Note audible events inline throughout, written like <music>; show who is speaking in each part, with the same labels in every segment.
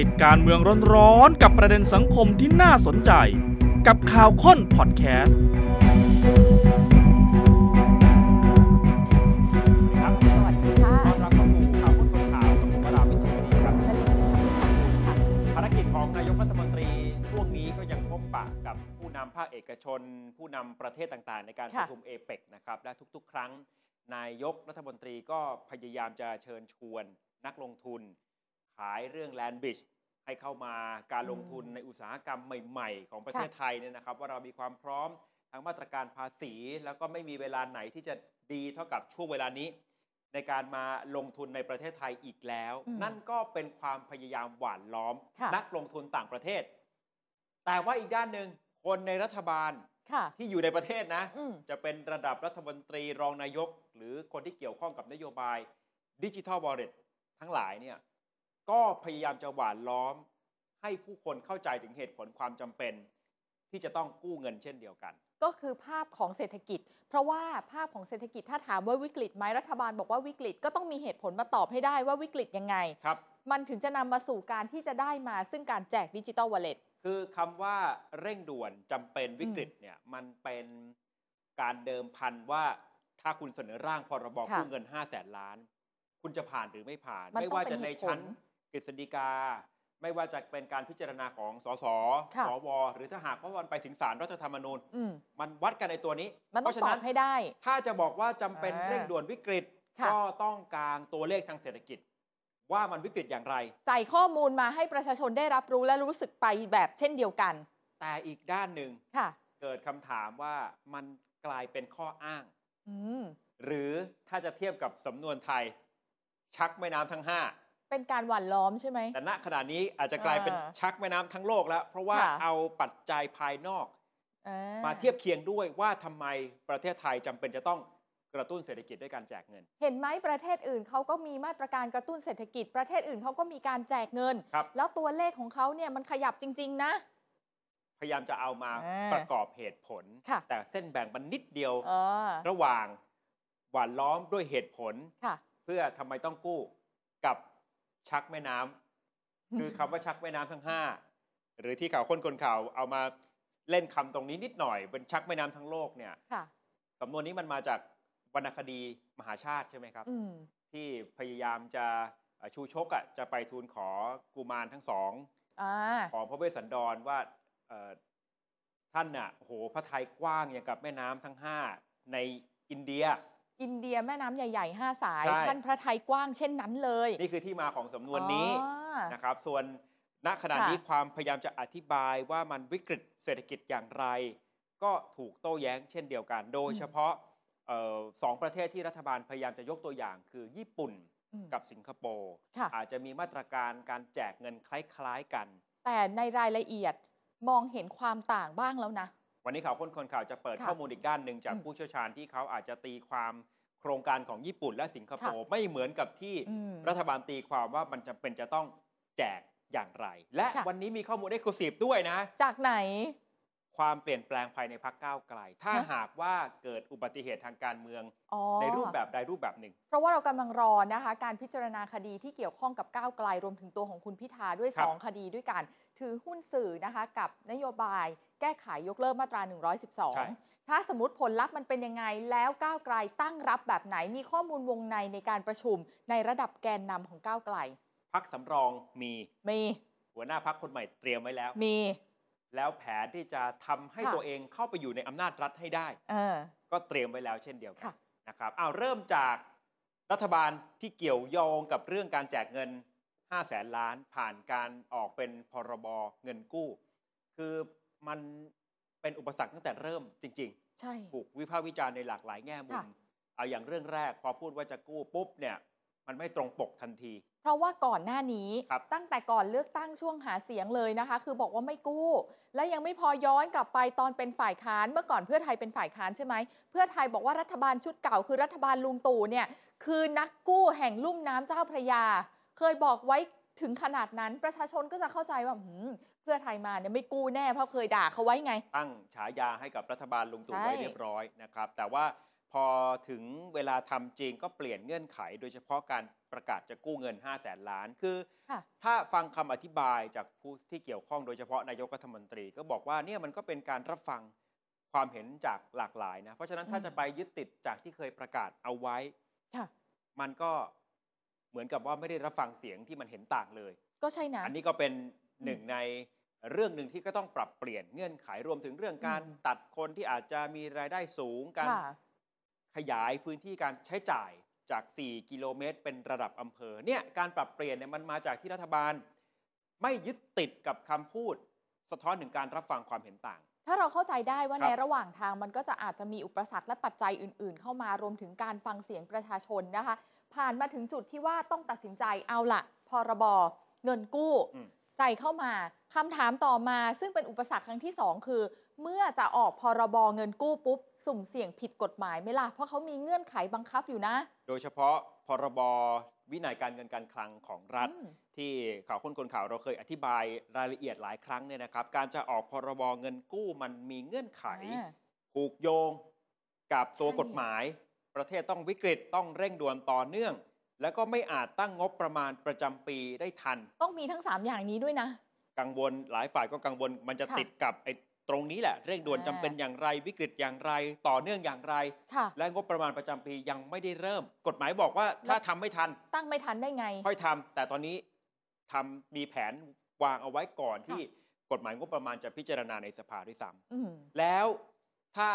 Speaker 1: ติดการเมืองร้อนๆกับประเด็นสังคมที่น่าสนใจ กับข่าวค้นพอดแคสต์ครับ
Speaker 2: สวัสดีค่ะ
Speaker 1: ต้อนรับเข้าสู่ข่าวค้นคนข่าวกับผมวราวิชิตวดีครับ
Speaker 2: นลินค่ะ
Speaker 3: ภารกิจของนายกรัฐมนตรีช่วงนี้ก็ยังพบปะกับผู้นำภาคเอกชน ผู้นำประเทศต่างๆ ในการป
Speaker 2: ค่ะ
Speaker 3: ระชุมเอเปกนะครับและทุกๆ ครั้ง นายกรัฐมนตรีก็พยายามจะเชิญชวนนักลงทุน ขายเรื่องแลนด์บิชให้เข้ามาการลงทุนในอุตสาหกรรมใหม่ ๆ ของประเทศไทยเนี่ยนะครับ ว่าเรามีความพร้อมทางมาตรการภาษี แล้วก็ไม่มีเวลาไหนที่จะดีเท่ากับช่วงเวลานี้ ในการมาลงทุนในประเทศไทยอีกแล้ว
Speaker 2: อืม
Speaker 3: นั่นก็เป็นความพยายามหว่านล้อม
Speaker 2: ค่ะ
Speaker 3: นักลงทุนต่างประเทศ แต่ว่าอีกด้านหนึ่งคนในรัฐบาล
Speaker 2: ค่ะ
Speaker 3: ที่อยู่ในประเทศนะ
Speaker 2: อืม
Speaker 3: จะเป็นระดับรัฐมนตรีรองนายก หรือคนที่เกี่ยวข้องกับนโยบายดิจิทัลบอ l l e t ทั้งหลายเนี่ยก็พยายามจะหว่านล้อม ให้ผู้คนเข้าใจถึงเหตุผลความจำเป็น ที่จะต้องกู้เงินเช่นเดียวกัน
Speaker 2: ก็คือภาพของเศรษฐกิจ เพราะว่าภาพของเศรษฐกิจถ้าถามว่าวิกฤตไหมรัฐบาลบอกว่าวิกฤตก็ต้องมีเหตุผลมาตอบให้ได้ว่าวิกฤตยังไง
Speaker 3: ครับ
Speaker 2: มันถึงจะนำมาสู่การที่จะได้มาซึ่งการแจกดิจิตอลวอลเล็ต
Speaker 3: คือคำว่าเร่งด่วนจำเป็นวิกฤตเนี่ยมันเป็นการเดิมพันว่าถ้าคุณเสนอร่างพรบ
Speaker 2: ค่ะ
Speaker 3: กู้เงิน 5 0 0แสนล้าน คุณจะผ่านหรือไม่ผ่าน
Speaker 2: มัน
Speaker 3: ไม่
Speaker 2: ต้อง
Speaker 3: ว่าจะในชั้น
Speaker 2: เป็นเหตุผ
Speaker 3: กฤษฎีกา ไม่ว่าจะเป็นการพิจารณาของสส
Speaker 2: ค่ะ
Speaker 3: สวหรือถ้าหากว่าวันไปถึงศาลรัฐธรรมนูญ
Speaker 2: อืม
Speaker 3: มันวัดกันในตัวนี้
Speaker 2: มัน
Speaker 3: เพ
Speaker 2: ต้อง
Speaker 3: ราะฉะ
Speaker 2: ตอ
Speaker 3: นั้
Speaker 2: บ
Speaker 3: น
Speaker 2: ให้ได้
Speaker 3: ถ้าจะบอกว่าจำเป็น
Speaker 2: อ่า
Speaker 3: เร่งด่วนวิกฤต
Speaker 2: ค่ะ
Speaker 3: ก็ต้องกางตัวเลขทางเศรษฐกิจ ว่ามันวิกฤตอย่างไร
Speaker 2: ใส่ข้อมูลมาให้ประชาชนได้รับรู้และรู้สึกไปแบบเช่นเดียวกัน
Speaker 3: แต่อีกด้านหนึ่ง
Speaker 2: ค่ะ
Speaker 3: เกิดคำถามว่ามันกลายเป็นข้ออ้าง
Speaker 2: อืม
Speaker 3: หรือถ้าจะเทียบกับสำนวนไทย ชักแม่น้ำทั้ง 5
Speaker 2: เป็นการหว่านล้อมใช่ไหม
Speaker 3: แต่ณขณะนี้อาจจะกลายเป็น
Speaker 2: อ่า
Speaker 3: ชักแม่น้ำทั้งโลกแล้ว เพราะว่า
Speaker 2: ค่ะ
Speaker 3: เอาปัจจัยภายนอก
Speaker 2: อ่
Speaker 3: มาเทียบเคียงด้วยว่าทำไมประเทศไทยจำเป็นจะต้องกระตุ้นเศรษฐกิจด้วยการแจกเงิน
Speaker 2: เห็นไหมประเทศอื่นเขาก็มีมาตรการกระตุ้นเศรษฐกิจ ประเทศอื่นเขาก็มีการแจกเงิน
Speaker 3: ครับ
Speaker 2: แล้วตัวเลขของเขาเนี่ยมันขยับจริง ๆ นะ
Speaker 3: พยายามจะเอามา
Speaker 2: อ่า
Speaker 3: ประกอบเหตุผล
Speaker 2: ค่ะ
Speaker 3: แต่เส้นแบ่งมันนิดเดียว
Speaker 2: เออ
Speaker 3: ระหว่างหว่านล้อมด้วยเหตุผล
Speaker 2: ค่ะ
Speaker 3: เพื่อทำไมต้องกู้กับชักแม่น้ำ คือคำว่าชักแม่น้ำทั้ง 5 หรือที่ข่าวค้นคนข่าวเอามาเล่นคำตรงนี้นิดหน่อยเป็นชักแม่น้ำทั้งโลกเนี่ย
Speaker 2: ค่ะ
Speaker 3: สำนวนนี้มันมาจากวรรณคดีมหาชาติใช่ไหมครับ
Speaker 2: อืม
Speaker 3: ที่พยายามจะเอ่อชูชกอ่ะจะไปทูลขอกุมารทั้งสอง
Speaker 2: อ่า
Speaker 3: ของพระเวสสันดรว่าเอ่อท่านน่ะโอ้โหพระไทยกว้างอย่างกับแม่น้ำทั้ง 5 ในอินเดีย
Speaker 2: อินเดียแม่น้ำใหญ่ๆห้าสาย
Speaker 3: ใช่
Speaker 2: ท่านพระไทยกว้างเช่นนั้นเลย
Speaker 3: นี่คือที่มาของสำนวนนี้
Speaker 2: อ๋อ
Speaker 3: นะครับส่วนณขณะนี้
Speaker 2: ค่ะ
Speaker 3: ความพยายามจะอธิบายว่ามันวิกฤตเศรษฐกิจอย่างไร ก็ถูกโต้แย้งเช่นเดียวกัน โดยเฉพาะเอ่อสองประเทศที่รัฐบาลพยายามจะยกตัวอย่าง คือญี่ปุ่น
Speaker 2: อืม
Speaker 3: กับสิงคโปร์
Speaker 2: ค่ะ
Speaker 3: อาจจะมีมาตรการการแจกเงินคล้ายๆกัน
Speaker 2: แต่ในรายละเอียดมองเห็นความต่างบ้างแล้วนะ
Speaker 3: วันนี้ข่าวค้นคนข่าวจะเปิด
Speaker 2: ค่ะ
Speaker 3: ข้อมูลอีกด้านหนึ่งจาก
Speaker 2: อืม
Speaker 3: ผู้เชี่ยวชาญที่เขาอาจจะตีความโครงการของญี่ปุ่นและสิงคโปร์ไม่เหมือนกับที่
Speaker 2: อืม
Speaker 3: รัฐบาลตีความว่ามันจำเป็นจะต้องแจกอย่างไร และ
Speaker 2: ค่ะ
Speaker 3: วันนี้มีข้อมูลเอ็กซ์คลูซีฟด้วยนะ
Speaker 2: จากไหน
Speaker 3: ความเปลี่ยนแปลงภายในพักก้าวไกล ถ้า
Speaker 2: ฮะ
Speaker 3: หากว่าเกิดอุบัติเหตุทางการเมือง
Speaker 2: อ๋อ
Speaker 3: ในรูปแบบใดรูปแบบหนึ่ง
Speaker 2: เพราะว่าเรากำลังรอนะคะ การพิจารณาคดีที่เกี่ยวข้องกับก้าวไกลรวมถึงตัวของคุณพิธาด้วย
Speaker 3: ครับ
Speaker 2: 2 คดีด้วยกัน ถือหุ้นสื่อนะคะกับนโยบาย แก้ไขยกเลิกมาตรา 112 ถ้าสมมติผลลัพธ์มันเป็นยังไง แล้วก้าวไกลตั้งรับแบบไหนมีข้อมูลวงในในการประชุม ในระดับแกนนำของก้าวไกล
Speaker 3: พักสำรองมี
Speaker 2: มี
Speaker 3: หัวหน้าพักคนใหม่เตรียมไว้แล้ว
Speaker 2: มี
Speaker 3: แล้วแผนที่จะทำให้
Speaker 2: ค่ะ
Speaker 3: ตัวเองเข้าไปอยู่ในอำนาจรัฐให้ได้
Speaker 2: เออ
Speaker 3: ก็เตรียมไว้แล้วเช่นเดียวกั
Speaker 2: ค่ะ
Speaker 3: นนะครับเอาวเริ่มจากรัฐบาลที่เกี่ยวโยงกับเรื่องการแจกเงิน 5 0 0แสนล้าน ผ่านการออกเป็นพรบเงินกู้ คือมันเป็นอุปสรรคตั้งแต่เริ่มจริง ๆ
Speaker 2: ใช่
Speaker 3: ถูกวิพากษ์วิจารณ์ในหลากหลายแง่มุม
Speaker 2: ค่ะ
Speaker 3: เอาอย่างเรื่องแรกพอพูดว่าจะกู้ปุ๊บเนี่ย มันไม่ตรงปกทันที
Speaker 2: เพราะว่าก่อนหน้านี้
Speaker 3: ครับ
Speaker 2: ตั้งแต่ก่อนเลือกตั้งช่วงหาเสียงเลยนะคะ คือบอกว่าไม่กู้ และยังไม่พอย้อนกลับไปตอนเป็นฝ่ายค้านเมื่อก่อนเพื่อไทยเป็นฝ่ายค้านใช่ไหมเพื่อไทยบอกว่ารัฐบาลชุดเก่า คือรัฐบาลลุงตู่เนี่ยคือนักกู้แห่งลุ่มน้ำเจ้าพระยา เคยบอกไว้ถึงขนาดนั้นประชาชนก็จะเข้าใจว่าหืมเพื่อไทยมาเนี่ยไม่กู้แน่เพราะเคยด่าเขาไว้ไง
Speaker 3: ตั้งฉายาให้กับรัฐบาลลุงตู่
Speaker 2: ใช่
Speaker 3: ไว้เรียบร้อยนะครับ แต่ว่า พอถึงเวลาทำจริงก็เปลี่ยนเงื่อนไข โดยเฉพาะการประกาศจะกู้เงิน 5 0 0แสนล้าน คือ
Speaker 2: ค่ะ
Speaker 3: ถ้าฟังคำอธิบายจากผู้ที่เกี่ยวข้องโดยเฉพาะนายกรัฐมนตรี ก็บอกว่าเนี่ยมันก็เป็นการรับฟังความเห็นจากหลากหลายนะ เพราะฉะนั้นถ้าจะไปยึดติดจากที่เคยประกาศเอาไว้
Speaker 2: ค่ะ
Speaker 3: มันก็เหมือนกับว่าไม่ได้รับฟังเสียงที่มันเห็นต่างเลย
Speaker 2: ก็ใช่นะ
Speaker 3: อันนี้ก็เป็นหนึ่งในเรื่องหนึ่งที่ก็ต้องปรับเปลี่ยนเงื่อนไขรวมถึงเรื่องการ
Speaker 2: อืม
Speaker 3: ตัดคนที่อาจจะมีรายได้สูงการ
Speaker 2: ค่ะ
Speaker 3: ขยายพื้นที่การใช้จ่ายจาก 4 กิโลเมตร เป็นระดับอำเภอ เนี่ย การปรับเปลี่ยนเนี่ยมันมาจากที่รัฐบาล ไม่ยึดติดกับคำพูด สะท้อนถึงการรับฟังความเห็นต่าง
Speaker 2: ถ้าเราเข้าใจได้ว่า
Speaker 3: ครับ
Speaker 2: ในระหว่างทางมันก็จะอาจจะมีอุปสรรคและปัจจัยอื่น ๆ เข้ามารวมถึงการฟังเสียงประชาชนนะคะ ผ่านมาถึงจุดที่ว่าต้องตัดสินใจเอาละพรบเงินกู้
Speaker 3: อืม
Speaker 2: ใส่เข้ามาคำถามต่อมาซึ่งเป็นอุปสรรคครั้งที่สองคือ เมื่อจะออกพรบเงินกู้ปุ๊บ สุ่มเสี่ยงผิดกฎหมายไหมล่ะเพราะเขามีเงื่อนไขบังคับอยู่นะ
Speaker 3: โดยเฉพาะพรบวินัยการเงินการคลังของรัฐ
Speaker 2: อืม
Speaker 3: ที่ข่าวค้นคนข่าวเราเคยอธิบายรายละเอียดหลายครั้งเนี่ยนะครับ การจะออกพรบเงินกู้มันมีเงื่อนไข
Speaker 2: อ่า
Speaker 3: ผูกโยงกับตัว
Speaker 2: ใช่
Speaker 3: กฎหมาย ประเทศต้องวิกฤตต้องเร่งด่วนต่อเนื่อง แล้วก็ไม่อาจตั้งงบประมาณประจำปีได้ทัน
Speaker 2: ต้องมีทั้งสามอย่างนี้ด้วยนะ
Speaker 3: กังวลหลายฝ่ายก็กังวลมันจะ
Speaker 2: ค่ะ
Speaker 3: ติดกับไอ้ตรงนี้แหละ เร่งด่วน
Speaker 2: อ่า
Speaker 3: จำเป็นอย่างไร วิกฤตอย่างไร ต่อเนื่องอย่างไร
Speaker 2: ค่ะ
Speaker 3: และงบประมาณประจำปียังไม่ได้เริ่ม กฎหมายบอกว่าถ้าทำไม่ทัน
Speaker 2: ตั้งไม่ทันได้ไง
Speaker 3: ค่อยทำแต่ตอนนี้ทำมีแผนวางเอาไว้ก่อน
Speaker 2: ค่ะ
Speaker 3: ที่กฎหมายงบประมาณจะพิจารณาในสภาด้วยซ้ำ
Speaker 2: อืม
Speaker 3: แล้วถ้า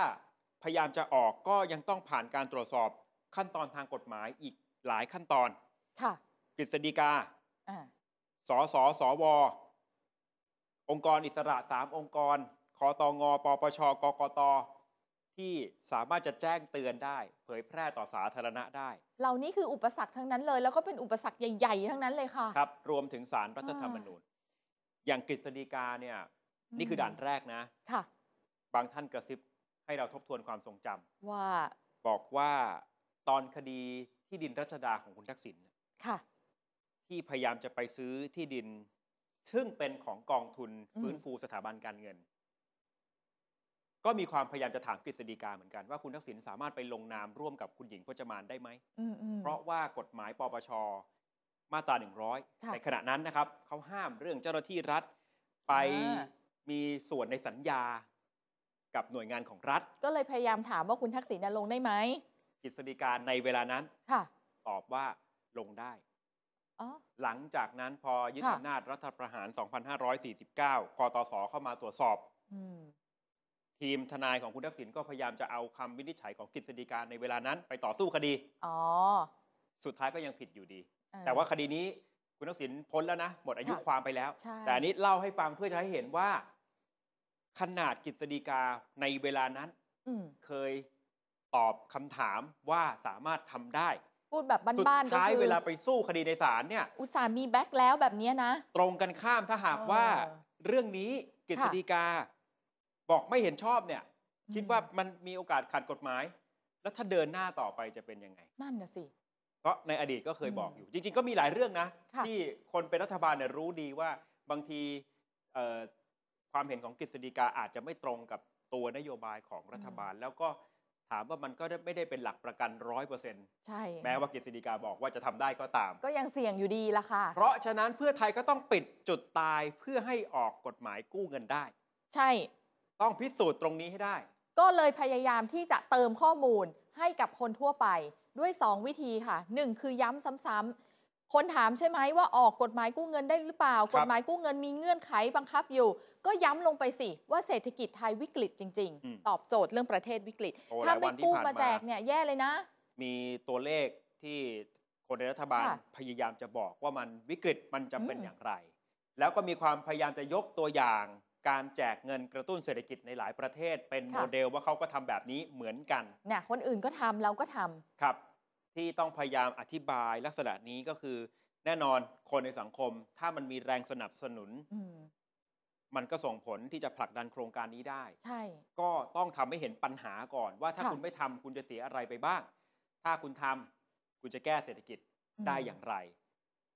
Speaker 3: พยายามจะออกก็ยังต้องผ่านการตรวจสอบขั้นตอนทางกฎหมายอีกหลายขั้นตอน
Speaker 2: ค่ะ
Speaker 3: กฤษฎีกา
Speaker 2: อ่า
Speaker 3: สสสว องค์กรอิสระ 3 องค์กรคอตองอปปช กกต ที่สามารถจะแจ้งเตือนได้ เผยแพร่ต่อสาธารณะได้
Speaker 2: เหล่านี้คืออุปสรรคทั้งนั้นเลย แล้วก็เป็นอุปสรรคใหญ่ๆ ทั้งนั้นเลยค่ะ
Speaker 3: ครับ รวมถึงสารรัฐธรรมนูญ อย่างกฤษฎีกาเนี่ย นี่คือด่านแรกนะ
Speaker 2: ค่ะ
Speaker 3: บางท่านกระซิบให้เราทบทวนความทรงจำ
Speaker 2: ว่า
Speaker 3: บอกว่าตอนคดีที่ดินรัชดาของคุณทักษิณน่ะ
Speaker 2: ค่ะ
Speaker 3: ที่พยายามจะไปซื้อที่ดิน ซึ่งเป็นของกองทุน
Speaker 2: อืม
Speaker 3: ฟื้นฟูสถาบันการเงิน ก็มีความพยายามจะถามกฤษฎีกาเหมือนกันว่าคุณทักษิณสามารถไปลงนามร่วมกับคุณหญิงพจมานได้ไหม
Speaker 2: อืมอืม
Speaker 3: เพราะว่ากฎหมายปปช มาตรา
Speaker 2: ค่ะ
Speaker 3: 100 ในขณะนั้นนะครับ เขาห้ามเรื่องเจ้าหน้าที่รัฐ ไป
Speaker 2: อ่า
Speaker 3: มีส่วนในสัญญากับหน่วยงานของรัฐ
Speaker 2: ก็เลยพยายามถามว่าคุณทักษิณน่ะลงได้ไหม
Speaker 3: กฤษฎีกาในเวลานั้น
Speaker 2: ค่ะ
Speaker 3: ตอบว่าลงได้
Speaker 2: อ๋อ
Speaker 3: หลังจากนั้นพอยึด
Speaker 2: ค่ะ
Speaker 3: อำนาจรัฐประหาร 2549 คอตสเข้ามาตรวจสอบ
Speaker 2: อืม
Speaker 3: ทีมทนายของคุณทักษิณก็พยายามจะเอาคำวินิจฉัยของกฤษฎีกาในเวลานั้น ไปต่อสู้คดี
Speaker 2: อ๋อ
Speaker 3: สุดท้ายก็ยังผิดอยู่ดี
Speaker 2: เออ
Speaker 3: แต่ว่าคดีนี้คุณทักษิณพ้นแล้วนะ หมดอายุ
Speaker 2: ค่ะ
Speaker 3: ความไปแล้ว
Speaker 2: ใช่
Speaker 3: แต่อันนี้เล่าให้ฟังเพื่อจะให้เห็นว่า ขนาดกฤษฎีกาในเวลานั้น
Speaker 2: อืม
Speaker 3: เคยตอบคำถามว่าสามารถทำได้
Speaker 2: พูดแบบ
Speaker 3: สุด
Speaker 2: บ้านๆ ก็
Speaker 3: ท้าย
Speaker 2: คือ
Speaker 3: เวลาไปสู้คดีในศาลเนี่ย
Speaker 2: อุตส่าห์มีแบ็คแล้วแบบเนี้ยนะ
Speaker 3: ตรงกันข้ามถ้าหากว่า
Speaker 2: เออ
Speaker 3: เรื่องนี้กฤษ
Speaker 2: ค่ะ
Speaker 3: ฎีกา บอกไม่เห็นชอบเนี่ย คิดว่า
Speaker 2: อืม
Speaker 3: มันมีโอกาสขัดกฎหมาย แล้วถ้าเดินหน้าต่อไปจะเป็นยังไง
Speaker 2: นั่นน่ะสิ
Speaker 3: เพราะในอดีตก็เคยบอกอยู่ จริง ๆ ก็มีหลายเรื่องนะ
Speaker 2: ค่ะ
Speaker 3: ที่คนเป็นรัฐบาลเนี่ยรู้ดีว่าบางทีเอ่อความเห็นของกฤษฎีกาอาจจะไม่ตรงกับตัวนโยบายของรัฐบาล แล้วก็ถามว่ามันก็ไม่ได้เป็นหลักประกันร้อยเปอร์เซ็นต์
Speaker 2: ใช่
Speaker 3: แม้ว่ากฤษฎีกาบอกว่าจะทำได้ก็ตาม
Speaker 2: ก็ยังเสี่ยงอยู่ดีละค่ะ
Speaker 3: เพราะฉะนั้นเพื่อไทยก็ต้องปิดจุดตายเพื่อให้ออกกฎหมายกู้เงินได้
Speaker 2: ใช่
Speaker 3: ต้องพิสูจน์ตรงนี้ให้ได้
Speaker 2: ก็เลยพยายามที่จะเติมข้อมูลให้กับคนทั่วไปด้วย 2 วิธีค่ะ 1 คือย้ำซ้ำๆคนถามใช่ไหมว่าออกกฎหมายกู้เงินได้หรือเปล่า กฎหมายกู้เงินมีเงื่อนไขบังคับอยู่ ก็ย้ำลงไปสิ ว่าเศรษฐกิจไทยวิกฤตจริง
Speaker 3: อืม
Speaker 2: ๆ ตอบโจทย์เรื่องประเทศวิกฤต
Speaker 3: โอ้หลาย
Speaker 2: ถ้าไม่
Speaker 3: วันที่ผ่าม
Speaker 2: กู้าน
Speaker 3: มา
Speaker 2: แจกเนี่ยแย่เลยนะ
Speaker 3: มีตัวเลขที่คนในรัฐบาล
Speaker 2: ค่ะ
Speaker 3: พยายามจะบอกว่ามันวิกฤตมันจะเป็น
Speaker 2: อืม
Speaker 3: อย่างไร แล้วก็มีความพยายามจะยกตัวอย่าง การแจกเงินกระตุ้นเศรษฐกิจในหลายประเทศ เป็นโมเดลว่าเขาก็ทำแบบนี้เหมือนกัน
Speaker 2: เนี่ยคนอื่นก็ทำเราก็ทำ
Speaker 3: ครับ ที่ต้องพยายามอธิบายลักษณะนี้ก็คือ แน่นอนคนในสังคม ถ้ามันมีแรงสนับสนุน
Speaker 2: อืม
Speaker 3: มันก็ส่งผลที่จะผลักดันโครงการนี้ได้
Speaker 2: ใช่
Speaker 3: ก็ต้องทำให้เห็นปัญหาก่อน ว่าถ้า
Speaker 2: ค่ะ
Speaker 3: คุณไม่ทำคุณจะเสียอะไรไปบ้าง ถ้าคุณทำคุณจะแก้เศรษฐกิจ
Speaker 2: ม
Speaker 3: ได้อย่างไร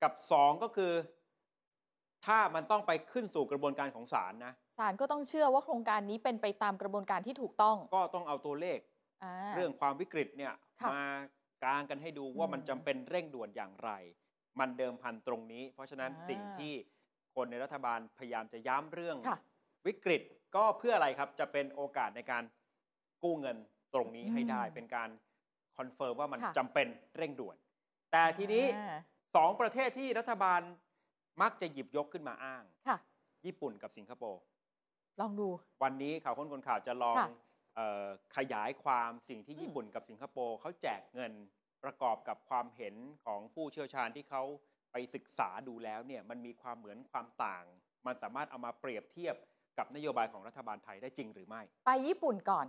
Speaker 3: กับสองก็คือ ถ้ามันต้องไปขึ้นสู่กระบวนการของศาลนะ
Speaker 2: ศาลก็ต้องเชื่อว่าโครงการนี้เป็นไปตามกระบวนการที่ถูกต้อง
Speaker 3: ก็ต้องเอาตัวเลข
Speaker 2: อ่า
Speaker 3: เรื่องความวิกฤตเนี่ย
Speaker 2: ค่ะ
Speaker 3: มากางกันให้ดูว่า
Speaker 2: อืม
Speaker 3: มันจำเป็นเร่งด่วนอย่างไร มันเดิมพันตรงนี้ เพราะฉะนั้น
Speaker 2: อ่า
Speaker 3: สิ่งที่คนในรัฐบาลพยายามจะย้ำเรื่อง
Speaker 2: ค่ะ
Speaker 3: วิกฤตก็เพื่ออะไรครับจะเป็นโอกาสในการกู้เงินตรงนี้ให้ได้
Speaker 2: อืม
Speaker 3: เป็นการคอนเฟิร์มว่ามัน
Speaker 2: ค่ะ
Speaker 3: จำเป็นเร่งด่วน แต่ทีนี้
Speaker 2: อ่า
Speaker 3: สองประเทศที่รัฐบาลมักจะหยิบยกขึ้นมาอ้าง
Speaker 2: ค่ะ
Speaker 3: ญี่ปุ่นกับสิงคโปร์
Speaker 2: ลองดู
Speaker 3: วันนี้ข่าวค้นคนข่าวจะลอง
Speaker 2: ค่ะ
Speaker 3: เออขยายความสิ่งที่
Speaker 2: อืม
Speaker 3: ญี่ปุ่นกับสิงคโปร์เขาแจกเงินประกอบกับความเห็นของผู้เชี่ยวชาญที่เขาไปศึกษาดูแล้วเนี่ยมันมีความเหมือนความต่าง มันสามารถเอามาเปรียบเทียบกับนโยบายของรัฐบาลไทยได้จริงหรือไม่
Speaker 2: ไปญี่ปุ่นก่อน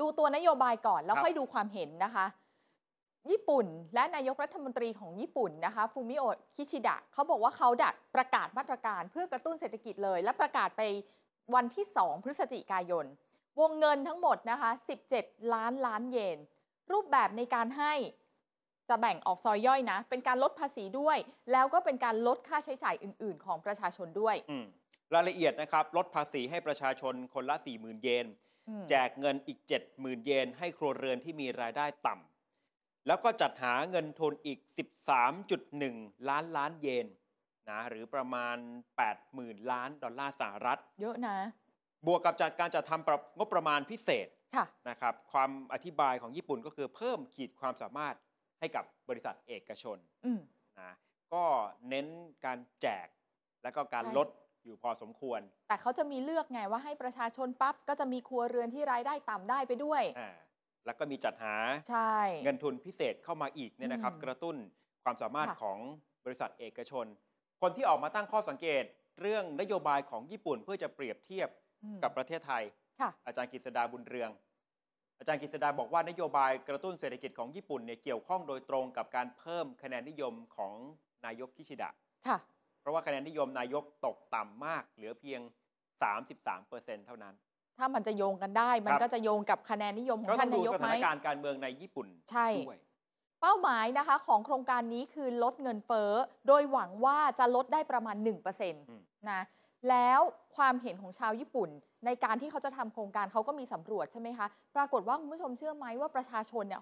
Speaker 2: ดูตัวนโยบายก่อน แล้ว
Speaker 3: ครับ
Speaker 2: ค่อยดูความเห็นนะคะ ญี่ปุ่นและนายกรัฐมนตรีของญี่ปุ่นนะคะฟูมิโอะคิชิดะเขาบอกว่าเขาดัดประกาศมาตรการเพื่อกระตุ้นเศรษฐกิจเลย และประกาศไปวันที่ 2 พฤศจิกายน วงเงินทั้งหมดนะคะ 17 ล้านล้านเยน รูปแบบในการให้จะแบ่งออกซอยย่อยนะ เป็นการลดภาษีด้วย แล้วก็เป็นการลดค่าใช้จ่ายอื่น ๆ ของประชาชนด้วย
Speaker 3: ืมรายละเอียดนะครับลดภาษีให้ประชาชนคนละ 40,000 เยน
Speaker 2: อืม
Speaker 3: แจกเงินอีก 70,000 เยน ให้ครัวเรือนที่มีรายได้ต่ำ แล้วก็จัดหาเงินทุนอีก 13.1 ล้านล้านเยนนะหรือประมาณ 80,000 ล้านดอลลาร์สหรัฐ
Speaker 2: เยอะนะ
Speaker 3: บวกกับจากการจัดทำปรับงบประมาณพิเศษ
Speaker 2: ค่ะ
Speaker 3: นะครับ ความอธิบายของญี่ปุ่นก็คือเพิ่มขีดความสามารถให้กับบริษัทเอกชน
Speaker 2: อืม
Speaker 3: นะก็เน้นการแจกและก็การ
Speaker 2: ใช่
Speaker 3: ลดอยู่พอสมควร
Speaker 2: แต่เขาจะมีเลือกไงว่าให้ประชาชนปั๊บ ก็จะมีครัวเรือนที่รายได้ต่ำได้ไปด้วย
Speaker 3: อ่าแล้วก็มีจัดหา
Speaker 2: ใช่
Speaker 3: เงินทุนพิเศษเข้ามาอีกเนี่ยนะครับ
Speaker 2: อืม
Speaker 3: กระตุ้นความสามารถ
Speaker 2: ค่ะ
Speaker 3: ของบริษัทเอกชน คนที่ออกมาตั้งข้อสังเกต เรื่องนโยบายของญี่ปุ่นเพื่อจะเปรียบเทียบ
Speaker 2: อืม
Speaker 3: กับประเทศไทย
Speaker 2: ค่ะ
Speaker 3: อาจารย์กฤษดาบุญเรือง อาจารย์กฤษดาบอกว่านโยบายกระตุ้นเศรษฐกิจของญี่ปุ่นเนี่ยเกี่ยวข้องโดยตรงกับการเพิ่มคะแนนนิยมของนายกคิชิดะ
Speaker 2: ค่ะ
Speaker 3: เพราะว่าคะแนนนิยมนายกตกต่ำมาก เหลือเพียง 33%เท่านั้น
Speaker 2: ถ้ามันจะโยงกันได้ มัน
Speaker 3: ครับ
Speaker 2: ก็จะโยงกับคะแนนนิยมของ
Speaker 3: ก็ต้
Speaker 2: ท่า
Speaker 3: อนง
Speaker 2: นา
Speaker 3: ดู
Speaker 2: ยก
Speaker 3: ส
Speaker 2: ไห
Speaker 3: ถาม นการณ์การเมืองในญี่ปุ่น
Speaker 2: ใช่
Speaker 3: ด้วย
Speaker 2: เป้าหมายนะคะของโครงการนี้คือลดเงินเฟ้อ โดยหวังว่าจะลดได้ประมาณ 1%น
Speaker 3: ม
Speaker 2: ะ แล้วความเห็นของชาวญี่ปุ่น ในการที่เขาจะทำโครงการเขาก็มีสำรวจใช่ไหมคะ ปรากฏว่าคุณผู้ชมเชื่อไหมว่าประชาชนเนี่ย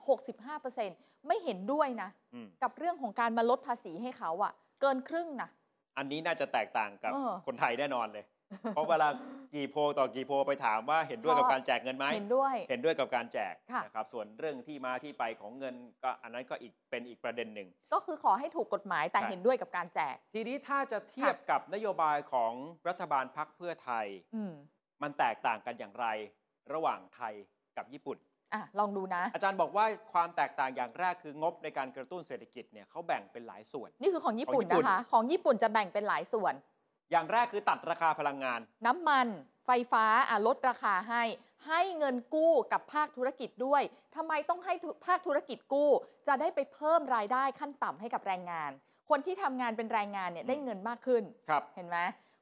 Speaker 2: 65%ไม่เห็นด้วยนะ
Speaker 3: อืม
Speaker 2: กับเรื่องของการมาลดภาษีให้เขาอะเกินครึ่งนะ
Speaker 3: อันนี้น่าจะแตกต่างกับ
Speaker 2: เออ
Speaker 3: คนไทยแน่นอนเลย
Speaker 2: <laughs>
Speaker 3: เพราะเวลากี่โพลต่อกี่โพลไปถามว่าเห็นด้วยกับ
Speaker 2: ชอบ
Speaker 3: การแจกเงินไหม
Speaker 2: เห็นด้วย
Speaker 3: เห็นด้วยกับการแจก
Speaker 2: ค่ะ
Speaker 3: นะครับ ส่วนเรื่องที่มาที่ไปของเงินก็อันนั้นก็อีกเป็นอีกประเด็นหนึ่ง
Speaker 2: ก็คือขอให้ถูกกฎหมายแต่
Speaker 3: ใช่
Speaker 2: เห็นด้วยกับการแจก
Speaker 3: ทีนี้ถ้าจะเทียบกับนโยบายของรัฐบาลพักเพื่อไทย
Speaker 2: อืม
Speaker 3: มันแตกต่างกันอย่างไร ระหว่างไทยกับญี่ปุ่น
Speaker 2: อ่ะ ลองดูนะ
Speaker 3: อาจารย์บอกว่าความแตกต่างอย่างแรกคืองบในการกระตุ้นเศรษฐกิจเนี่ยเขาแบ่งเป็นหลายส่วน
Speaker 2: นี่คือของญี่ปุ่น
Speaker 3: ของญี่ปุ่น
Speaker 2: นะคะ ของญี่ปุ่นจะแบ่งเป็นหลายส่วน
Speaker 3: อย่างแรกคือตัดราคาพลังงาน
Speaker 2: น้ำมัน ไฟฟ้าอ่ะลดราคาให้ ให้เงินกู้กับภาคธุรกิจด้วยทำไมต้องให้ธุภาคธุรกิจกู้ จะได้ไปเพิ่มรายได้ขั้นต่ำให้กับแรงงาน คนที่ทำงานเป็นแรงงานเนี่ยได้เงินมากขึ้น
Speaker 3: ครับ
Speaker 2: เห็นไหม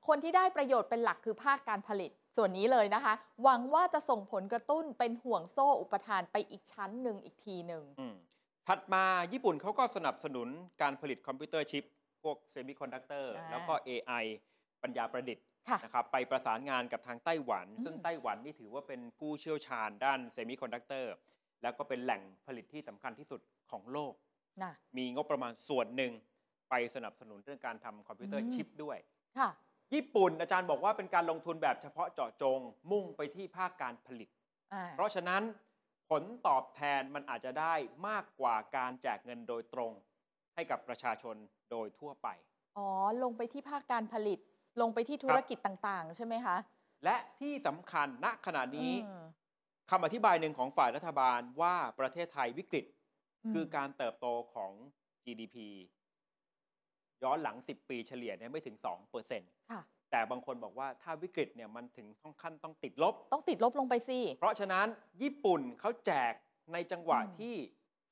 Speaker 2: คนที่ได้ประโยชน์เป็นหลักคือภาคการผลิต ส่วนนี้เลยนะคะ หวังว่าจะส่งผลกระตุ้นเป็นห่วงโซ่อุปทานไปอีกชั้นหนึ่งอีกทีหนึ่ง
Speaker 3: อืมถัดมาญี่ปุ่นเขาก็สนับสนุนการผลิตคอมพิวเตอร์ชิป พวกเซมิคอนดักเตอร์
Speaker 2: อ่า
Speaker 3: แล้วก็ AI ปัญญาประดิษฐ์
Speaker 2: ค่ะ
Speaker 3: นะครับไปประสานงานกับทางไต้หวัน
Speaker 2: อืม
Speaker 3: ซึ่งไต้หวันนี่ถือว่าเป็นผู้เชี่ยวชาญด้านเซมิคอนดักเตอร์แล้วก็เป็นแหล่งผลิตที่สำคัญที่สุดของโลก
Speaker 2: นะ
Speaker 3: มีงบประมาณส่วนหนึ่ง ไปสนับสนุนเรื่องการทำคอมพิวเตอร์
Speaker 2: อืม
Speaker 3: ชิปด้วย
Speaker 2: ค่ะ
Speaker 3: ญี่ปุ่นอาจารย์บอกว่าเป็นการลงทุนแบบเฉพาะเจาะจง มุ่งไปที่ภาคการผลิต
Speaker 2: อ่า
Speaker 3: เพราะฉะนั้นผลตอบแทนมันอาจจะได้มากกว่าการแจกเงินโดยตรง ให้กับประชาชนโดยทั่วไป
Speaker 2: อ๋อ ลงไปที่ภาคการผลิต ลงไปที่ธุรกิจต่างๆ ใช่ไหมคะ
Speaker 3: และที่สำคัญณขณะนี้
Speaker 2: อืม
Speaker 3: คำอธิบายหนึ่งของฝ่ายรัฐบาลว่าประเทศไทยวิกฤต คือ
Speaker 2: ม
Speaker 3: การเติบโตของ GDP ย้อนหลัง 10 ปีเฉลี่ยเนี่ยไม่ถึง 2%
Speaker 2: ค่ะ
Speaker 3: แต่บางคนบอกว่าถ้าวิกฤตเนี่ยมันถึงต้องขั้นต้องติดลบ
Speaker 2: ต้องติดลบลงไปสิ
Speaker 3: เพราะฉะนั้นญี่ปุ่นเขาแจกในจังหวะ
Speaker 2: อืม
Speaker 3: ที่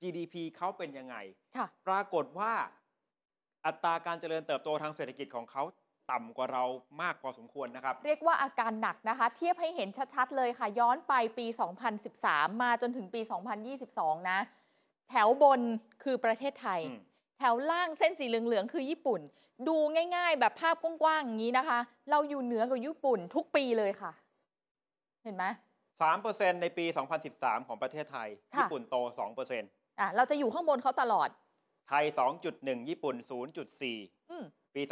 Speaker 3: GDP เขาเป็นยังไง
Speaker 2: ค่ะ
Speaker 3: ปรากฏว่าอัตราการเจริญเติบโตทางเศรษฐกิจของเขาต่ำกว่าเรามากพอสมควรนะครับ
Speaker 2: เรียกว่าอาการหนักนะคะ เทียบให้เห็นชัดๆ เลยค่ะ ย้อนไปปี 2013 มาจนถึงปี 2022 นะ แถวบนคือประเทศไทย
Speaker 3: อืม
Speaker 2: แถวล่างเส้นสีเหลืองๆ คือญี่ปุ่น ดูง่ายๆ แบบภาพกว้างๆ อย่างนี้นะคะ เราอยู่เหนือกว่าญี่ปุ่นทุกปีเลยค่ะ เห็นไหม
Speaker 3: 3%ในปี 2013 ของประเทศไทย
Speaker 2: ค่ะ
Speaker 3: ญี่ปุ่นโต 2%
Speaker 2: อ่ะเราจะอยู่ข้างบนเขาตลอด
Speaker 3: ไทย 2.1 ญี่ปุ่น 0.4
Speaker 2: อืม
Speaker 3: ปี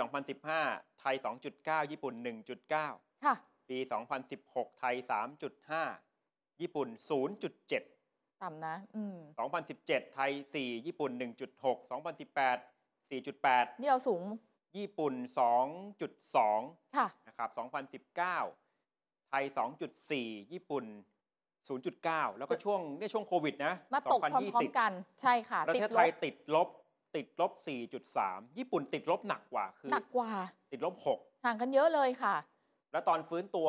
Speaker 3: 2015 ไทย 2.9 ญี่ปุ่น 1.9
Speaker 2: ค่ะ
Speaker 3: ปี 2016 ไทย 3.5 ญี่ปุ่น 0.7
Speaker 2: ต่ำนะ อืม
Speaker 3: 2017 ไทย 4 ญี่ปุ่น 1.6 2018 4.8
Speaker 2: นี่เราสูง
Speaker 3: ญี่ปุ่น 2.2
Speaker 2: ค่ะ
Speaker 3: นะครับ 2019 ไทย 2.4 ญี่ปุ่น 0.9 แล้วก็ช่วงเนี่ยช่วงโควิดนะ
Speaker 2: มาตกพร้อมๆกันใช่ค่ะ
Speaker 3: ประเทศ
Speaker 2: ติดลบ
Speaker 3: ไทยติดลบ ติดลบ 4.3 ญี่ปุ่นติดลบหนักกว่า คือ
Speaker 2: หนักกว่า
Speaker 3: ติดลบ
Speaker 2: ห่างกันเยอะเลยค่ะ
Speaker 3: 6 แล้วตอนฟื้นตัว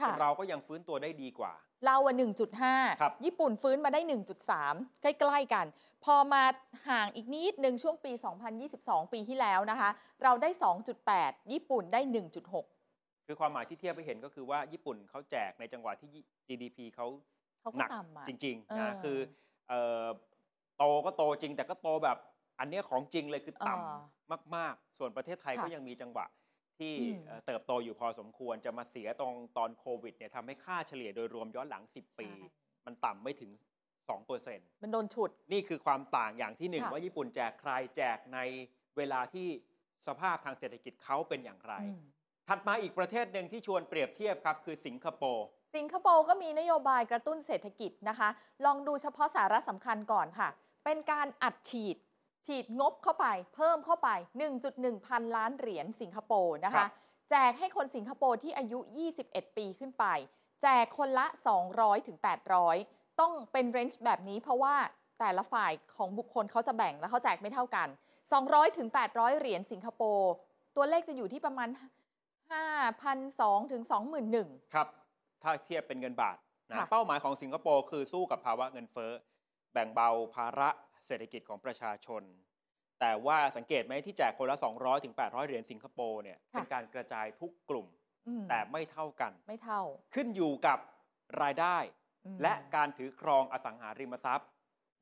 Speaker 2: ค่ะ
Speaker 3: เราก็ยังฟื้นตัวได้ดีกว่า
Speaker 2: เราอ่ะ
Speaker 3: ครับ
Speaker 2: 1.5 ญี่ปุ่นฟื้นมาได้ 1.3 ใกล้ ๆ กัน พอมาห่างอีกนิดหนึ่งช่วงปี 2022 ปีที่แล้วนะคะ เราได้ 2.8 ญี่ปุ่นได้ 1.6
Speaker 3: คือความหมายที่เทียบไปเห็นก็คือว่าญี่ปุ่นเขาแจกในจังหวะที่ GDP เขา
Speaker 2: เขา
Speaker 3: ห
Speaker 2: ก็
Speaker 3: นัก
Speaker 2: ต่ำอ่ะ
Speaker 3: จริง
Speaker 2: เอ
Speaker 3: ๆนะ
Speaker 2: อ
Speaker 3: คือเอ่อโตก็โตจริง แต่ก็โตแบบอันเนี้ยของจริงเลยคือต่
Speaker 2: เอ
Speaker 3: ำมาก ๆ ส่วนประเทศไทย
Speaker 2: ค่ะ
Speaker 3: ก็ยังมีจังหวะที่
Speaker 2: อืม
Speaker 3: เอ่อเติบโตอยู่พอสมควรจะมาเสียตรงตอนโควิดเนี่ยทำให้ค่าเฉลี่ยโดยรวมย้อนหลัง 10 ปี มันต่ำไม่ถึง 2%
Speaker 2: มันโดนฉุด
Speaker 3: นี่คือความต่างอย่างที่หนึ่ง
Speaker 2: ค่ะ
Speaker 3: ว่าญี่ปุ่นแจกใครแจกในเวลาที่สภาพทางเศรษฐกิจเขาเป็นอย่างไร
Speaker 2: อืม
Speaker 3: ถัดมาอีกประเทศหนึ่งที่ชวนเปรียบเทียบครับคือสิงคโปร์
Speaker 2: สิงคโปร์ก็มีนโยบายกระตุ้นเศรษฐกิจนะคะ ลองดูเฉพาะสาระสำคัญก่อนค่ะ เป็นการอัดฉีด ฉีดงบเข้าไป เพิ่มเข้าไป 1.1 พันล้านเหรียญสิงคโปร์นะ
Speaker 3: ครั
Speaker 2: คะ
Speaker 3: บ
Speaker 2: แจกให้คนสิงคโปร์ที่อายุ 21 ปีขึ้นไป แจกคนละ 200ถึง800 ต้องเป็นเรนจ์แบบนี้เพราะว่าแต่ละฝ่ายของบุคคลเขาจะแบ่งแล้วเขาแจกไม่เท่ากัน 200ถึง800 เหรียญสิงคโปร์ตัวเลขจะอยู่ที่ประมาณ 5,200ถึง21,000
Speaker 3: ครับ ถ้าเทียบเป็นเงินบาทนะ
Speaker 2: ค่ะ
Speaker 3: เป้าหมายของสิงคโปร์คือสู้กับภาวะเงินเฟ้อ แบ่งเบาภาระเศรษฐกิจของประชาชน แต่ว่าสังเกตไหมที่แจกคนละ 200ถึง800 เหรียญสิงคโปร์เนี่ยเป็นการกระจายทุกกลุ่ม
Speaker 2: อืม
Speaker 3: แต่ไม่เท่ากัน
Speaker 2: ไม่เท่า
Speaker 3: ขึ้นอยู่กับรายได้
Speaker 2: อืม
Speaker 3: และการถือครองอสังหาริมทรัพย์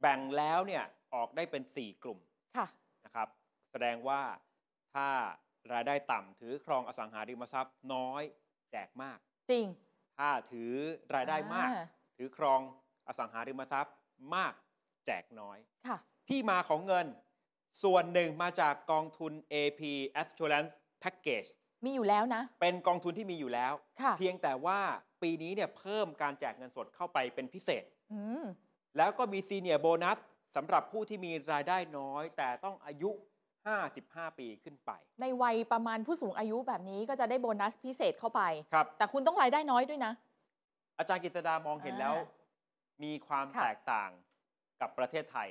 Speaker 3: แบ่งแล้วเนี่ยออกได้เป็น 4 กลุ่ม
Speaker 2: ค่ะ
Speaker 3: นะครับแสดงว่าถ้ารายได้ต่ำถือครองอสังหาริมทรัพย์น้อยแจกมาก
Speaker 2: จริง
Speaker 3: ถ้าถือรายได้มาก
Speaker 2: อ่า
Speaker 3: ถือครองอสังหาริมทรัพย์มากแจกน้อย
Speaker 2: ค่ะ
Speaker 3: ที่มาของเงิน ส่วนหนึ่งมาจากกองทุน AP Assurance Package
Speaker 2: มีอยู่แล้วนะ
Speaker 3: เป็นกองทุนที่มีอยู่แล้ว
Speaker 2: ค่ะ
Speaker 3: เพียงแต่ว่าปีนี้เนี่ยเพิ่มการแจกเงินสดเข้าไปเป็นพิเศษ
Speaker 2: อืม
Speaker 3: แล้วก็มีซีเนียร์โบนัสสำหรับผู้ที่มีรายได้น้อย แต่ต้องอายุ 55 ปีขึ้นไป
Speaker 2: ในวัยประมาณผู้สูงอายุแบบนี้ก็จะได้โบนัสพิเศษเข้าไป
Speaker 3: ครับ
Speaker 2: แต่คุณต้องรายได้น้อยด้วยนะ
Speaker 3: อาจารย์กฤษดามองเห็นแล้ว
Speaker 2: อ่า
Speaker 3: มีความ
Speaker 2: ค่ะ
Speaker 3: แตกต่างกับประเทศไทย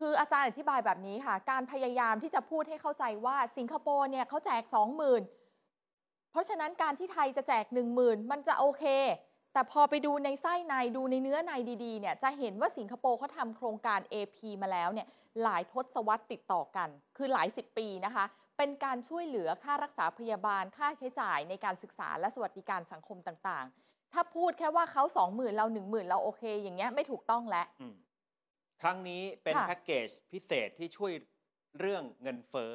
Speaker 2: คืออาจารย์อธิบายแบบนี้ค่ะ การพยายามที่จะพูดให้เข้าใจว่าสิงคโปร์เนี่ยเขาแจก 20,000 เพราะฉะนั้นการที่ไทยจะแจก 10,000 มันจะโอเค แต่พอไปดูในไส้ในดูในเนื้อในดีๆเนี่ยจะเห็นว่าสิงคโปร์เขาทำโครงการ AP มาแล้วเนี่ยหลายทศวรรษติดต่อกัน คือหลาย 10 ปีนะคะ เป็นการช่วยเหลือค่ารักษาพยาบาลค่าใช้จ่ายในการศึกษาและสวัสดิการสังคมต่างๆ ถ้าพูดแค่ว่าเขา 20,000 เรา 10,000 เราโอเค อย่างเงี้ยไม่ถูกต้องแล้ว
Speaker 3: อืมครั้งนี้เป็น
Speaker 2: ค่ะ
Speaker 3: แพ็กเกจพิเศษที่ช่วยเรื่องเงินเฟ้อ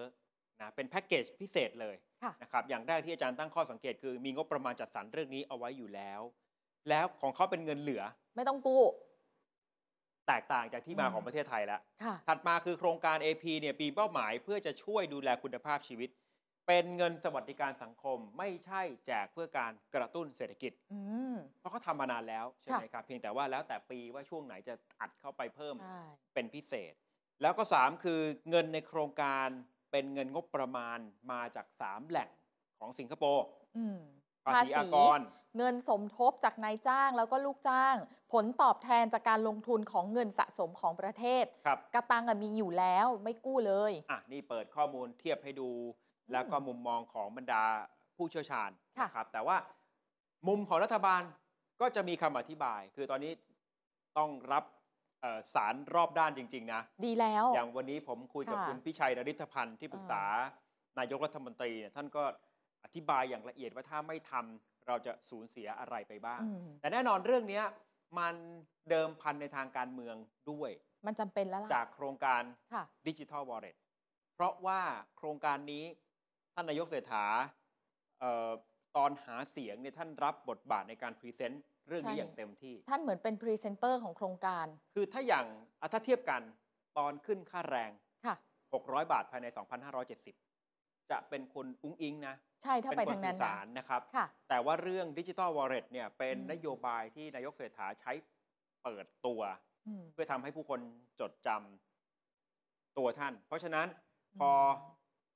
Speaker 3: นะเป็นแพ็กเกจพิเศษเลย
Speaker 2: ค่ะ
Speaker 3: นะครับ อย่างแรกที่อาจารย์ตั้งข้อสังเกตคือมีงบประมาณจัดสรรเรื่องนี้เอาไว้อยู่แล้ว แล้วของเขาเป็นเงินเหลือ
Speaker 2: ไม่ต้องกู้
Speaker 3: แตกต่างจากที่มา
Speaker 2: อืม
Speaker 3: ของประเทศไทยแล้ว
Speaker 2: ค่ะ
Speaker 3: ถัดมาคือโครงการ AP เนี่ยปีเป้าหมายเพื่อจะช่วยดูแลคุณภาพชีวิต เป็นเงินสวัสดิการสังคมไม่ใช่แจกเพื่อการกระตุ้นเศรษฐกิจ
Speaker 2: อืม
Speaker 3: เพราะเขาทำมานานแล้วใช่ไหมครับ เพียงแต่ว่าแล้วแต่ปีว่าช่วงไหนจะอัดเข้าไปเพิ่ม
Speaker 2: ใช่
Speaker 3: เป็นพิเศษ แล้วก็ 3 คือเงินในโครงการเป็นเงินงบประมาณมาจาก 3 แหล่งของสิงคโปร์
Speaker 2: อืม
Speaker 3: ภาษีอากร
Speaker 2: เงินสมทบจากนายจ้างแล้วก็ลูกจ้าง ผลตอบแทนจากการลงทุนของเงินสะสมของประเทศ
Speaker 3: ครับ
Speaker 2: กระตังอะมีอยู่แล้วไม่กู้เลย
Speaker 3: อ่ะ นี่เปิดข้อมูลเทียบให้ดู แล้วก็มุมมองของบรรดาผู้เชี่ยวชาญ
Speaker 2: ค่ะ
Speaker 3: นะครับ แต่ว่ามุมของรัฐบาลก็จะมีคำอธิบาย คือตอนนี้ต้องรับเอ่อสารรอบด้านจริง ๆ นะ
Speaker 2: ดีแล้ว
Speaker 3: อย่างวันนี้ผมคุยกับ
Speaker 2: ค่ะ
Speaker 3: คุณพิชัยนริธพันธ์ที่ปรึกษานายกรัฐมนตรีเนี่ยท่านก็อธิบายอย่างละเอียดว่าถ้าไม่ทำเราจะสูญเสียอะไรไปบ้าง
Speaker 2: อืม
Speaker 3: แต่แน่นอนเรื่องเนี้ยมันเดิมพันในทางการเมืองด้วย
Speaker 2: มันจำเป็นแล้ว
Speaker 3: จา
Speaker 2: ล่ะ
Speaker 3: กโครงการ
Speaker 2: ค่ะ
Speaker 3: ดิจิทัล w อ l เ e t เพราะว่าโครงการนี้ท่านนายกเศรษฐาเออตอนหาเสียงเนี่ยท่านรับบทบาทในการพรีเซนต์ เรื่องนี้
Speaker 2: ใช่
Speaker 3: อย่างเต็มที่
Speaker 2: ท่านเหมือนเป็นพรีเซนเตอร์ของโครงการ
Speaker 3: คือถ้าอย่างอ่ะถ้าเทียบกันตอนขึ้นค่าแรง
Speaker 2: ค่ะ
Speaker 3: 600 บาทภายใน 2,570 จะเป็นคนอุ้งอิงนะ
Speaker 2: ใช่ถ้า
Speaker 3: เป็น
Speaker 2: ไป
Speaker 3: คน
Speaker 2: ทาง
Speaker 3: สื่
Speaker 2: นั้น
Speaker 3: อ
Speaker 2: นะ
Speaker 3: สารนะครับ
Speaker 2: ค่ะ
Speaker 3: แต่ว่าเรื่องดิจิ t a l วอลเล็ตเนี่ยเป็น
Speaker 2: อืม
Speaker 3: นโยบายที่นายกเศรษฐาใช้เปิดตัว
Speaker 2: อืม
Speaker 3: เพื่อทำให้ผู้คนจดจำตัวท่าน เพราะฉะนั้น
Speaker 2: ม
Speaker 3: พอ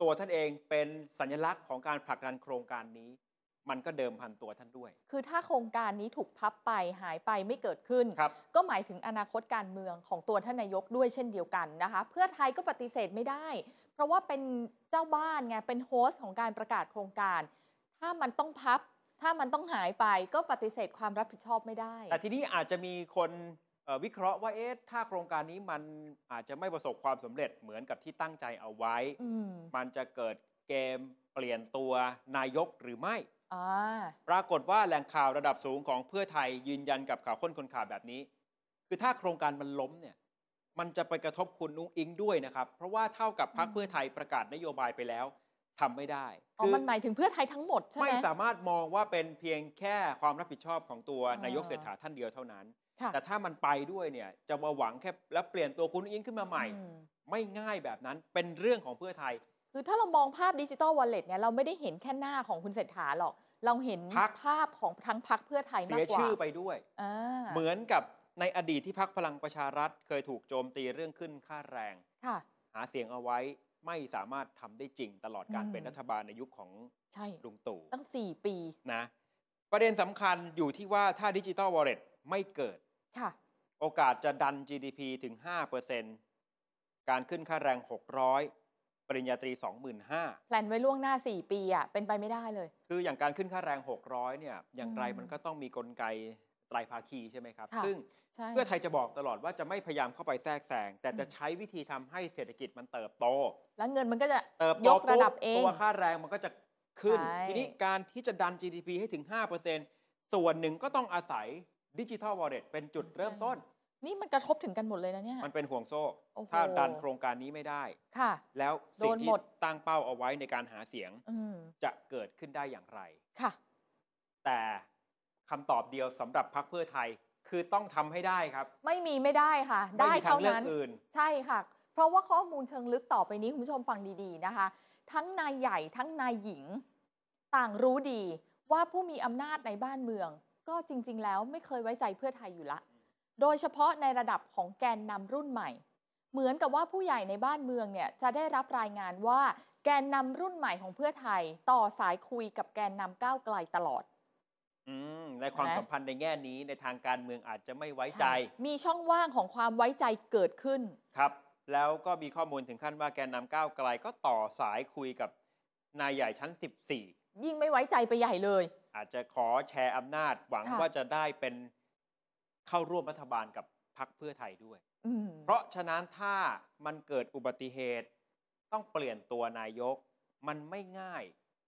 Speaker 3: ตัวท่านเองเป็นสัญลักษณ์ของการผลักดันโครงการนี้ มันก็เดิมพันตัวท่านด้วย
Speaker 2: คือถ้าโครงการนี้ถูกพับไปหายไปไม่เกิดขึ้น
Speaker 3: ครับ
Speaker 2: ก็หมายถึงอนาคตการเมืองของตัวท่านนายกด้วยเช่นเดียวกันนะคะ เพื่อไทยก็ปฏิเสธไม่ได้ เพราะว่าเป็นเจ้าบ้านไงเป็นโฮสต์ของการประกาศโครงการ ถ้ามันต้องพับ ถ้ามันต้องหายไปก็ปฏิเสธความรับผิดชอบไม่ได้
Speaker 3: แต่ทีนี้อาจจะมีคนเอ่อวิเคราะห์ว่าเอ๊ะถ้าโครงการนี้มันอาจจะไม่ประสบความสำเร็จเหมือนกับที่ตั้งใจเอาไว้
Speaker 2: อืม
Speaker 3: มันจะเกิดเกมเปลี่ยนตัวนายกหรือไม่
Speaker 2: อ่า
Speaker 3: ปรากฏว่าแหล่งข่าวระดับสูงของเพื่อไทยยืนยันกับข่าวค้นคนข่าวแบบนี้ คือถ้าโครงการมันล้มเนี่ยมันจะไปกระทบคุณนุ้งอิงด้วยนะครับ เพราะว่าเท่ากับพรรคเพื่อไทยประกาศนโยบายไปแล้วทำไม่ได้
Speaker 2: อ๋อ
Speaker 3: คื
Speaker 2: มันหมายถึงเพื่อไทยทั้งหมดใช่
Speaker 3: ไม่
Speaker 2: ไหม
Speaker 3: สามารถมองว่าเป็นเพียงแค่ความรับผิดชอบของตัว
Speaker 2: อ่าน
Speaker 3: นายกเศรษฐาท่านเดียวเท่านั้น
Speaker 2: ค่ะ
Speaker 3: แต่ถ้ามันไปด้วยเนี่ยจะมาหวังแค่แล้วเปลี่ยนตัวคุณอุ้งอิงขึ้นมาใหม่
Speaker 2: อืม
Speaker 3: ไม่ง่ายแบบนั้นเป็นเรื่องของเพื่อไทย
Speaker 2: คือถ้าเรามองภาพดิจิ t a ลวอลเล็ตเนี่ยเราไม่ได้เห็นแค่หน้าของคุณเศรษฐาหรอก เราเห็น
Speaker 3: พรรค
Speaker 2: ภาพของทั้งพักเพื่อไทย
Speaker 3: เสี
Speaker 2: มาก
Speaker 3: ย
Speaker 2: กว่า
Speaker 3: ชื่อไปด้วย
Speaker 2: อ่า
Speaker 3: เหมือนกับในอดีตที่พักพลังประชารัฐ เคยถูกโจมตีเรื่องขึ้นค่าแรง
Speaker 2: ค่ะ
Speaker 3: หาเสียงเอาไว้ไม่สามารถทำได้จริงตลอดการ
Speaker 2: อืม
Speaker 3: เป็นรัฐบาลในยุคของ
Speaker 2: ใช่
Speaker 3: ลุงตู่
Speaker 2: ตั้ง 4 ปี
Speaker 3: นะประเด็นสำคัญอยู่ที่ว่าถ้าดิจิ t a l วอลเล็ตไม่เกิด
Speaker 2: ค่ะ
Speaker 3: โอกาสจะดัน GDP ถึง 5%การขึ้นค่าแรง 600 ปริญญาตรี 25,000
Speaker 2: แพลนไว้ล่วงหน้า 4 ปีอ่ะ เป็นไปไม่ได้เลย
Speaker 3: คืออย่างการขึ้นค่าแรง 600 เนี่ย อย่างไร
Speaker 2: อืม
Speaker 3: มันก็ต้องมีกลไกไตรภาคีใช่ไหมครับ
Speaker 2: ค่ะ
Speaker 3: ซึ่ง
Speaker 2: ใช่
Speaker 3: เพื่อไทยจะบอกตลอดว่าจะไม่พยายามเข้าไปแทรกแซง แต่จะ
Speaker 2: อืม
Speaker 3: ใช้วิธีทำให้เศรษฐกิจมันเติบโต
Speaker 2: แล้วเงินมันก็จะ
Speaker 3: เติบโต
Speaker 2: ยกระดับ
Speaker 3: ปุ๊
Speaker 2: เอง
Speaker 3: ตัวค่าแรงมันก็จะขึ้น
Speaker 2: ใช่
Speaker 3: ทีนี้การที่จะดัน GDP ให้ถึง 5%ส่วนหนึ่งก็ต้องอาศัยดิจิทัลวอลเล็ตเป็นจุดเริ่มต้น
Speaker 2: นี่มันกระทบถึงกันหมดเลยนะเนี่ย
Speaker 3: มันเป็นห่วงโซ่
Speaker 2: โอ้โห
Speaker 3: ถ้าดันโครงการนี้ไม่ได้
Speaker 2: ค่ะ
Speaker 3: แล้วสิ่ง
Speaker 2: โดน
Speaker 3: ที่
Speaker 2: หมด
Speaker 3: ตั้งเป้าเอาไว้ในการหาเสียง
Speaker 2: อืม
Speaker 3: จะเกิดขึ้นได้อย่างไร
Speaker 2: ค่ะ
Speaker 3: แต่คำตอบเดียวสำหรับพรรคเพื่อไทยคือต้องทำให้ได้ครับ
Speaker 2: ไม่มีไม่ได้ค่ะ ได้
Speaker 3: มีทา
Speaker 2: เท่าง
Speaker 3: เลือก
Speaker 2: นั้น
Speaker 3: อื่น
Speaker 2: ใช่ค่ะ เพราะว่าข้อมูลเชิงลึกต่อไปนี้ คุณผู้ชมฟังดีๆนะคะ ทั้งนายใหญ่ทั้งนายหญิง ต่างรู้ดีว่าผู้มีอำนาจในบ้านเมือง ก็จริงๆ แล้วไม่เคยไว้ใจเพื่อไทยอยู่ละ โดยเฉพาะในระดับของแกนนำรุ่นใหม่ เหมือนกับว่าผู้ใหญ่ในบ้านเมืองเนี่ยจะได้รับรายงานว่า แกนนำรุ่นใหม่ของเพื่อไทย ต่อสายคุยกับแกนนำก้าวไกลตลอด
Speaker 3: อืมในความ
Speaker 2: นะ
Speaker 3: สัมพันธ์ในแง่นี้ในทางการเมืองอาจจะไม่ไว้ใจ
Speaker 2: มีช่องว่างของความไว้ใจเกิดขึ้น
Speaker 3: ครับแล้วก็มีข้อมูลถึงขั้นว่าแกนนำก้าวไกลก็ต่อสายคุยกับนายใหญ่ชั้น 14
Speaker 2: ยิ่งไม่ไว้ใจไปใหญ่เลย
Speaker 3: อาจจะขอแชร์อำนาจหวัง
Speaker 2: ค่ะ
Speaker 3: ว่าจะได้เป็นเข้าร่วมรัฐบาลกับพรรคเพื่อไทยด้วย
Speaker 2: อืม
Speaker 3: เพราะฉะนั้นถ้ามันเกิดอุบัติเหตุ ต้องเปลี่ยนตัวนายก มันไม่ง่าย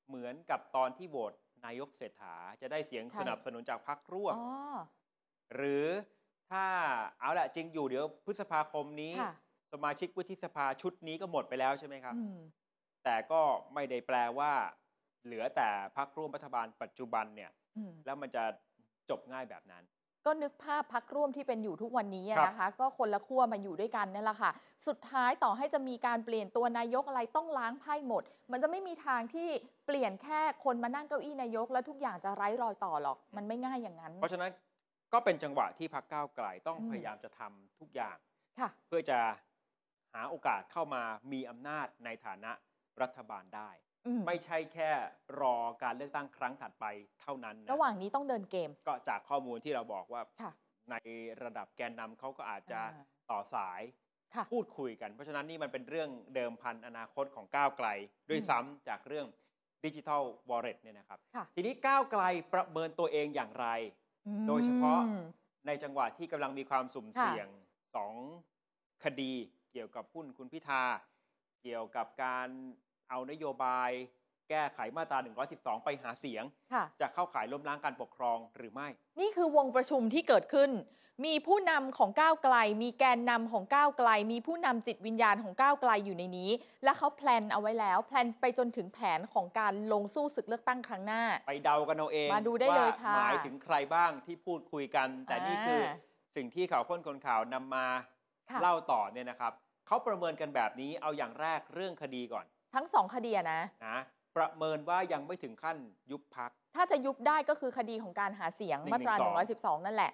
Speaker 3: เหมือนกับตอนที่โหวตนายกเศรษฐาจะได้เสียง
Speaker 2: ใช่
Speaker 3: สนับสนุนจากพรรคร่วม
Speaker 2: อ๋อ
Speaker 3: หรือถ้าเอาละจริงอยู่เดี๋ยวพฤษภาคมนี้
Speaker 2: ค่ะ
Speaker 3: สมาชิกวุฒิสภาชุดนี้ก็หมดไปแล้วใช่ไหมครับ
Speaker 2: อืม
Speaker 3: แต่ก็ไม่ได้แปลว่า เหลือแต่พักร่วมรัฐบาลปัจจุบันเนี่ย
Speaker 2: อืม
Speaker 3: แล้วมันจะจบง่ายแบบนั้น
Speaker 2: ก็นึกภาพพักร่วมที่เป็นอยู่ทุกวันนี้อะ
Speaker 3: ครับ
Speaker 2: นะคะ ก็คนละขั้วมาอยู่ด้วยกันนั่นแหละค่ะ สุดท้ายต่อให้จะมีการเปลี่ยนตัวนายกอะไรต้องล้างไพ่หมด มันจะไม่มีทางที่เปลี่ยนแค่คนมานั่งเก้าอี้นายก แล้วทุกอย่างจะไร้รอยต่อหรอก มันไม่ง่ายอย่างนั้น
Speaker 3: เพราะฉะนั้นก็เป็นจังหวะที่พักก้าวไกลต้อง
Speaker 2: อืม
Speaker 3: พยายามจะทำทุกอย่าง
Speaker 2: ค่ะ
Speaker 3: เพื่อจะหาโอกาสเข้ามามีอำนาจในฐานะรัฐบาลได้
Speaker 2: อืม
Speaker 3: ไม่ใช่แค่รอการเลือกตั้งครั้งถัดไปเท่านั้น
Speaker 2: ระ
Speaker 3: นะ
Speaker 2: หว่างนี้ต้องเดินเกม
Speaker 3: ก็จากข้อมูลที่เราบอกว่า
Speaker 2: ค่ะ
Speaker 3: ในระดับแกนนำเขาก็อาจจะ
Speaker 2: อ่า
Speaker 3: ต่อสาย
Speaker 2: ค่ะ
Speaker 3: พูดคุยกัน เพราะฉะนั้นนี่มันเป็นเรื่องเดิมพันอนาคตของก้าวไกล ด้วยซ้ำจากเรื่องดิจิทัลวอลเล็ตเนี่ยนะครับ
Speaker 2: ค่ะ
Speaker 3: ทีนี้ก้าวไกลประเมินตัวเองอย่างไร
Speaker 2: อืม
Speaker 3: โดยเฉพาะ ในจังหวะที่กำลังมีความสุ่ม
Speaker 2: ค่ะ
Speaker 3: เสี่ยงสองคดีเกี่ยวกับหุ้นคุณพิธา เกี่ยวกับการเอานโยบาย แก้ไขมาตรา 112 ไปหาเสียง
Speaker 2: ค่ะ
Speaker 3: จะเข้าข่ายล้มล้างการปกครองหรือไม่
Speaker 2: นี่คือวงประชุมที่เกิดขึ้น มีผู้นำของก้าวไกล มีแกนนำของก้าวไกล มีผู้นำจิตวิญญาณของก้าวไกลอยู่ในนี้ และเขาแพลนเอาไว้แล้ว แพลนไปจนถึงแผนของการลงสู้ศึกเลือกตั้งครั้งหน้า
Speaker 3: ไปเดากันเอาเอง
Speaker 2: มาดูได้
Speaker 3: ว่า
Speaker 2: เลยค่ะ
Speaker 3: หมายถึงใครบ้างที่พูดคุยกัน แต่นี่
Speaker 2: า
Speaker 3: คือสิ่งที่ข่าวค้นคนข่าวนำมา
Speaker 2: ค่ะ
Speaker 3: เล่าต่อเนี่ยนะครับเขาประเมินกันแบบนี้เอาอย่างแรกเรื่องคดีก่อน
Speaker 2: ทั้งสองคดีอะนะ
Speaker 3: นะประเมินว่ายังไม่ถึงขั้นยุบพัก
Speaker 2: ถ้าจะยุบได้ก็คือคดีของการหาเสียงมาตรา
Speaker 3: 112
Speaker 2: 112 นั่นแหละ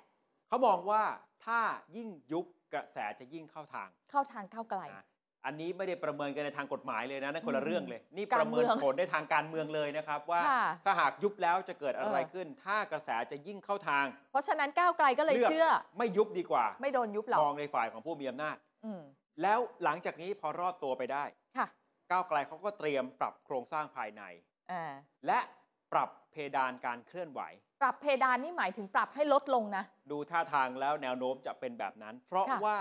Speaker 3: เขามองว่าถ้ายิ่งยุบกระแสจะยิ่งเข้าทาง
Speaker 2: เข้าทางก้าวไกล
Speaker 3: นะอันนี้ไม่ได้ประเมินกันในทางกฎหมายเลยนะนั่นคนละ
Speaker 2: อืม
Speaker 3: เรื่องเลย นี่
Speaker 2: การ
Speaker 3: ประเมิน
Speaker 2: เมือง
Speaker 3: ผลในทางการเมืองเลยนะครับว่า
Speaker 2: ค่ะ
Speaker 3: ถ้าหากยุบแล้วจะเกิดอะไร
Speaker 2: เออ
Speaker 3: ขึ้น ถ้ากระแสจะยิ่งเข้าทาง
Speaker 2: เพราะฉะนั้นก้าวไกลก็เลย
Speaker 3: เลือก
Speaker 2: เชื่อ
Speaker 3: ไม่ยุบดีกว่า
Speaker 2: ไม่โดนยุบหรอก
Speaker 3: มองในฝ่ายของผู้มีอำนาจ
Speaker 2: อืม
Speaker 3: แล้วหลังจากนี้พอรอดตัวไปได้
Speaker 2: ค่ะ
Speaker 3: ก้าวไกลเขาก็เตรียมปรับโครงสร้างภายใน
Speaker 2: อ่า
Speaker 3: และปรับเพดานการเคลื่อนไหว
Speaker 2: ปรับเพดานนี่หมายถึงปรับให้ลดลงนะ
Speaker 3: ดูท่าทางแล้วแนวโน้มจะเป็นแบบนั้น เพราะ
Speaker 2: ค่ะ
Speaker 3: ว่า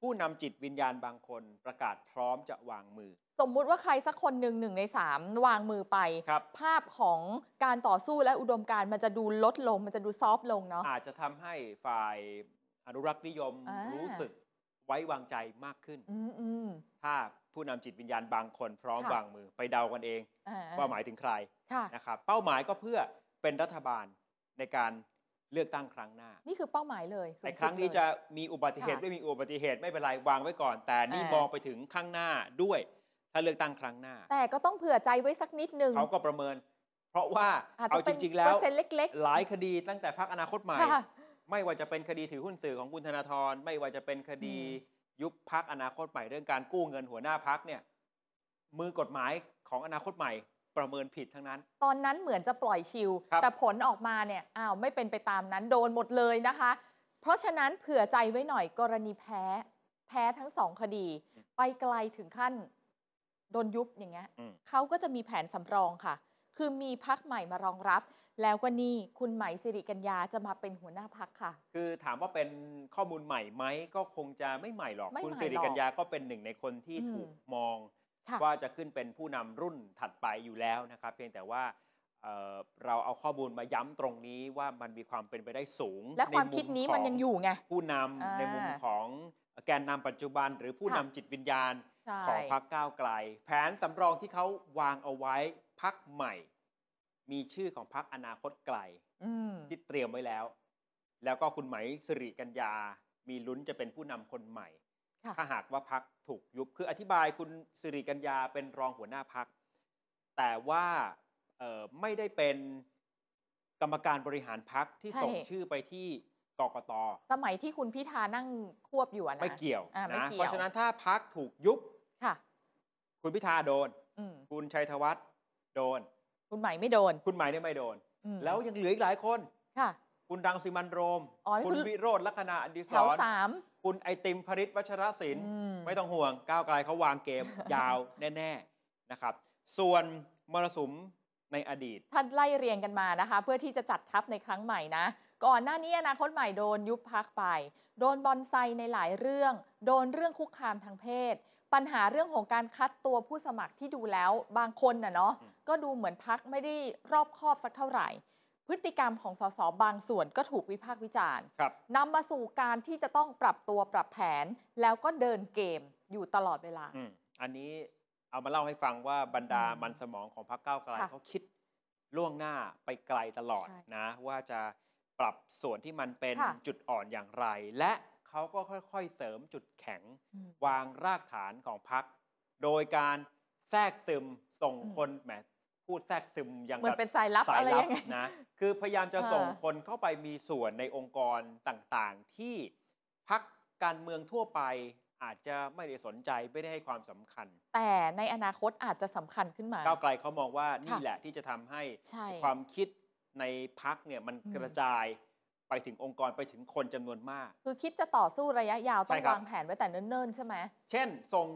Speaker 3: ผู้นำจิตวิญญาณบางคนประกาศพร้อมจะวางมือ
Speaker 2: สมมุติว่าใครสักคนหนึ่งหนึ่งในสามวางมือไป
Speaker 3: ครับ
Speaker 2: ภาพของการต่อสู้และอุดมการณ์มันจะดูลดลง มันจะดูซอฟต์ลงเนาะ
Speaker 3: อาจจะทำให้ฝ่ายอนุรักษ์นิยม
Speaker 2: อ่ารู้
Speaker 3: รู้สึกไว้วางใจมากขึ้น
Speaker 2: อืมอืม
Speaker 3: ถ้าผู้นำจิตวิญญาณบางคนพร้อม
Speaker 2: ค่ะ
Speaker 3: วางมือไปเดากันเอง
Speaker 2: อ่า
Speaker 3: ว่าหมายถึงใคร
Speaker 2: ค่ะ
Speaker 3: นะครับเป้าหมายก็เพื่อเป็นรัฐบาลในการเลือกตั้งครั้งหน้า
Speaker 2: นี่คือเป้าหมายเลยสู
Speaker 3: ใน
Speaker 2: สุด
Speaker 3: ครั้งนี้
Speaker 2: เลย
Speaker 3: จะมีอุบัติเหตุ
Speaker 2: ค่ะ
Speaker 3: ไม่มีอุบัติเหตุไม่เป็นไรวางไว้ก่อน แต่นี่
Speaker 2: อ่าม
Speaker 3: มองไปถึงข้างหน้าด้วย ถ้าเลือกตั้งครั้งหน้า
Speaker 2: แต่ก็ต้องเผื่อใจไว้สักนิดนึง
Speaker 3: เขาก็ประเมิน เพราะว่า
Speaker 2: อาจ
Speaker 3: เอา
Speaker 2: จะ
Speaker 3: จ
Speaker 2: เป็น
Speaker 3: ริง ๆ แล้
Speaker 2: เป
Speaker 3: ว
Speaker 2: อร์เซ็นต์เล็ก
Speaker 3: หลายคดีตั้งแต่พักอนาคตใหม่
Speaker 2: ๆค่ะ
Speaker 3: ไม่ว่าจะเป็นคดีถือหุ้นสื่อของคุณธนาธรไม่ว่าจะเป็นคดี
Speaker 2: อื
Speaker 3: ยุบพักอนาคตใหม่เรื่องการกู้เงินหัวหน้าพักเนี่ย มือกฎหมายของอนาคตใหม่ประเมินผิดทั้งนั้น
Speaker 2: ตอนนั้นเหมือนจะปล่อยชิว
Speaker 3: ครับ
Speaker 2: แต่ผลออกมาเนี่ย อ้าวไม่เป็นไปตามนั้นโดนหมดเลยนะคะ เพราะฉะนั้นเผื่อใจไว้หน่อยกรณีแพ้ แพ้ทั้งสองคดี
Speaker 3: อืม
Speaker 2: ไปไกลถึงขั้น โดนยุบอย่างเงี้ย
Speaker 3: อืม
Speaker 2: เขาก็จะมีแผนสำรองค่ะ คือมีพักใหม่มารองรับ แล้วก็นี่คุณไหมสิริกัญญาจะมาเป็นหัวหน้าพักค่ะ
Speaker 3: คือถามว่าเป็นข้อมูลใหม่ไหมก็คงจะไม่ใหม่หรอก
Speaker 2: ไม่ใหม่
Speaker 3: คุณสิริกัญญาก็เป็นหนึ่งในคนที่
Speaker 2: อืม
Speaker 3: ถูกมอง
Speaker 2: ค่ะ
Speaker 3: ว่าจะขึ้นเป็นผู้นำรุ่นถัดไปอยู่แล้วนะครับ เพียงแต่ว่าเอ่อเราเอาข้อมูลมาย้ำตรงนี้ว่ามันมีความเป็นไปได้สูง
Speaker 2: และความ
Speaker 3: ใ
Speaker 2: คิดนี้มันยังอยู่ไง
Speaker 3: ของผู้นำ
Speaker 2: อ่า
Speaker 3: ในมุมของแกนนำปัจจุบัน หรือผู้นำ
Speaker 2: ค่ะ
Speaker 3: จิตวิญญาณ
Speaker 2: ใช่
Speaker 3: ของพักก้าวไกล แผนสำรองที่เขาวางเอาไว้พักใหม่ มีชื่อของพักอนาคตไกล
Speaker 2: อืม
Speaker 3: ที่เตรียมไว้แล้ว แล้วก็คุณไหมสิริกัญญา มีลุ้นจะเป็นผู้นำคนใหม่
Speaker 2: ค่ะ
Speaker 3: ถ้าหากว่าพักถูกยุบ คืออธิบายคุณสิริกัญญาเป็นรองหัวหน้าพัก แต่ว่าเอ่อไม่ได้เป็นกรรมการบริหารพักที่
Speaker 2: ใช่
Speaker 3: ส่งชื่อไปที่กกต
Speaker 2: สมัยที่คุณพิธานั่งควบอยู่อะนะ
Speaker 3: ไม่เกี่ยว
Speaker 2: อ่าไม่
Speaker 3: นะ
Speaker 2: เกี่ยว
Speaker 3: เพราะฉะนั้นถ้าพักถูกยุบ
Speaker 2: ค่ะ
Speaker 3: คุณพิธาโดน
Speaker 2: อืม
Speaker 3: คุณชัยธวัฒน์โดน
Speaker 2: คุณใหม่ไม่โดน
Speaker 3: คุณไหมายเนี่ยไม่โดน
Speaker 2: อืม
Speaker 3: แล้วยังเหลืออีกหลายคน
Speaker 2: ค่ะ
Speaker 3: คุณดังสิมันโรม
Speaker 2: อ๋อนี่
Speaker 3: คุณ
Speaker 2: คือ
Speaker 3: วิโรธลักษณะอดิ
Speaker 2: แถ
Speaker 3: ศ
Speaker 2: ว
Speaker 3: ร
Speaker 2: สาม
Speaker 3: คุณไอติมพริตวัชรศิลป์
Speaker 2: อืม
Speaker 3: ไม่ต้องห่วง ก้าวไกลเขาวางเกม ยาวแน่ ๆ นะครับ ส่วนมรสุมในอดีต
Speaker 2: ท่านไล่เรียงกันมานะคะ เพื่อที่จะจัดทัพในครั้งใหม่นะ ก่อนหน้านี้อนาคตใหม่โดนยุบพักไป โดนบอนไซในหลายเรื่อง โดนเรื่องคุกคามทางเพศ ปัญหาเรื่องของการคัดตัวผู้สมัครที่ดูแล้วบางคนน่ะเนาะ
Speaker 3: อืม
Speaker 2: ก็ดูเหมือนพักไม่ได้รอบคอบสักเท่าไหร่ พฤติกรรมของสสบางส่วนก็ถูกวิพากษ์วิจารณ์
Speaker 3: ครับ
Speaker 2: นำมาสู่การที่จะต้องปรับตัวปรับแผน แล้วก็เดินเกมอยู่ตลอดเวลา
Speaker 3: อืมอันนี้เอามาเล่าให้ฟังว่าบรรดา
Speaker 2: อืม
Speaker 3: มันสมองของพรรคก้าวไกล
Speaker 2: ค่ะ
Speaker 3: เขาคิดล่วงหน้าไปไกลตลอด
Speaker 2: ใช่
Speaker 3: นะ ว่าจะปรับส่วนที่มันเป็น
Speaker 2: ค่ะ
Speaker 3: จุดอ่อนอย่างไร และเขาก็ค่อยๆ เสริมจุดแข็ง
Speaker 2: อืม
Speaker 3: วางรากฐานของพรรคโดยการแทรกซึมส่ง
Speaker 2: อืม
Speaker 3: คนแหมพูดแทรกซึมอย่าง
Speaker 2: เหมือน
Speaker 3: กับ
Speaker 2: เป็นสายลับอะไรยังไง
Speaker 3: นะ คือพยายามจะ
Speaker 2: เออ
Speaker 3: ส่งคนเข้าไปมีส่วนในองค์กรต่างๆ ที่พักการเมืองทั่วไปอาจจะไม่ได้สนใจไม่ได้ให้ความสำคัญ
Speaker 2: แต่ในอนาคตอาจจะสำคัญขึ้นมา
Speaker 3: ก้าวไกลเขามองว่านี่
Speaker 2: ค่ะ
Speaker 3: แหละที่จะทำให้
Speaker 2: ใช่
Speaker 3: ความคิดในพักเนี่ยมัน
Speaker 2: อืม
Speaker 3: กระจายไปถึงองค์กรไปถึงคนจำนวนมาก
Speaker 2: คือคิดจะต่อสู้ระยะยาวต้อ
Speaker 3: ใช่
Speaker 2: ง
Speaker 3: ครับ
Speaker 2: วางแผนไว้แต่เนิ่นๆ ใช่ไหม
Speaker 3: เช่น ส่ง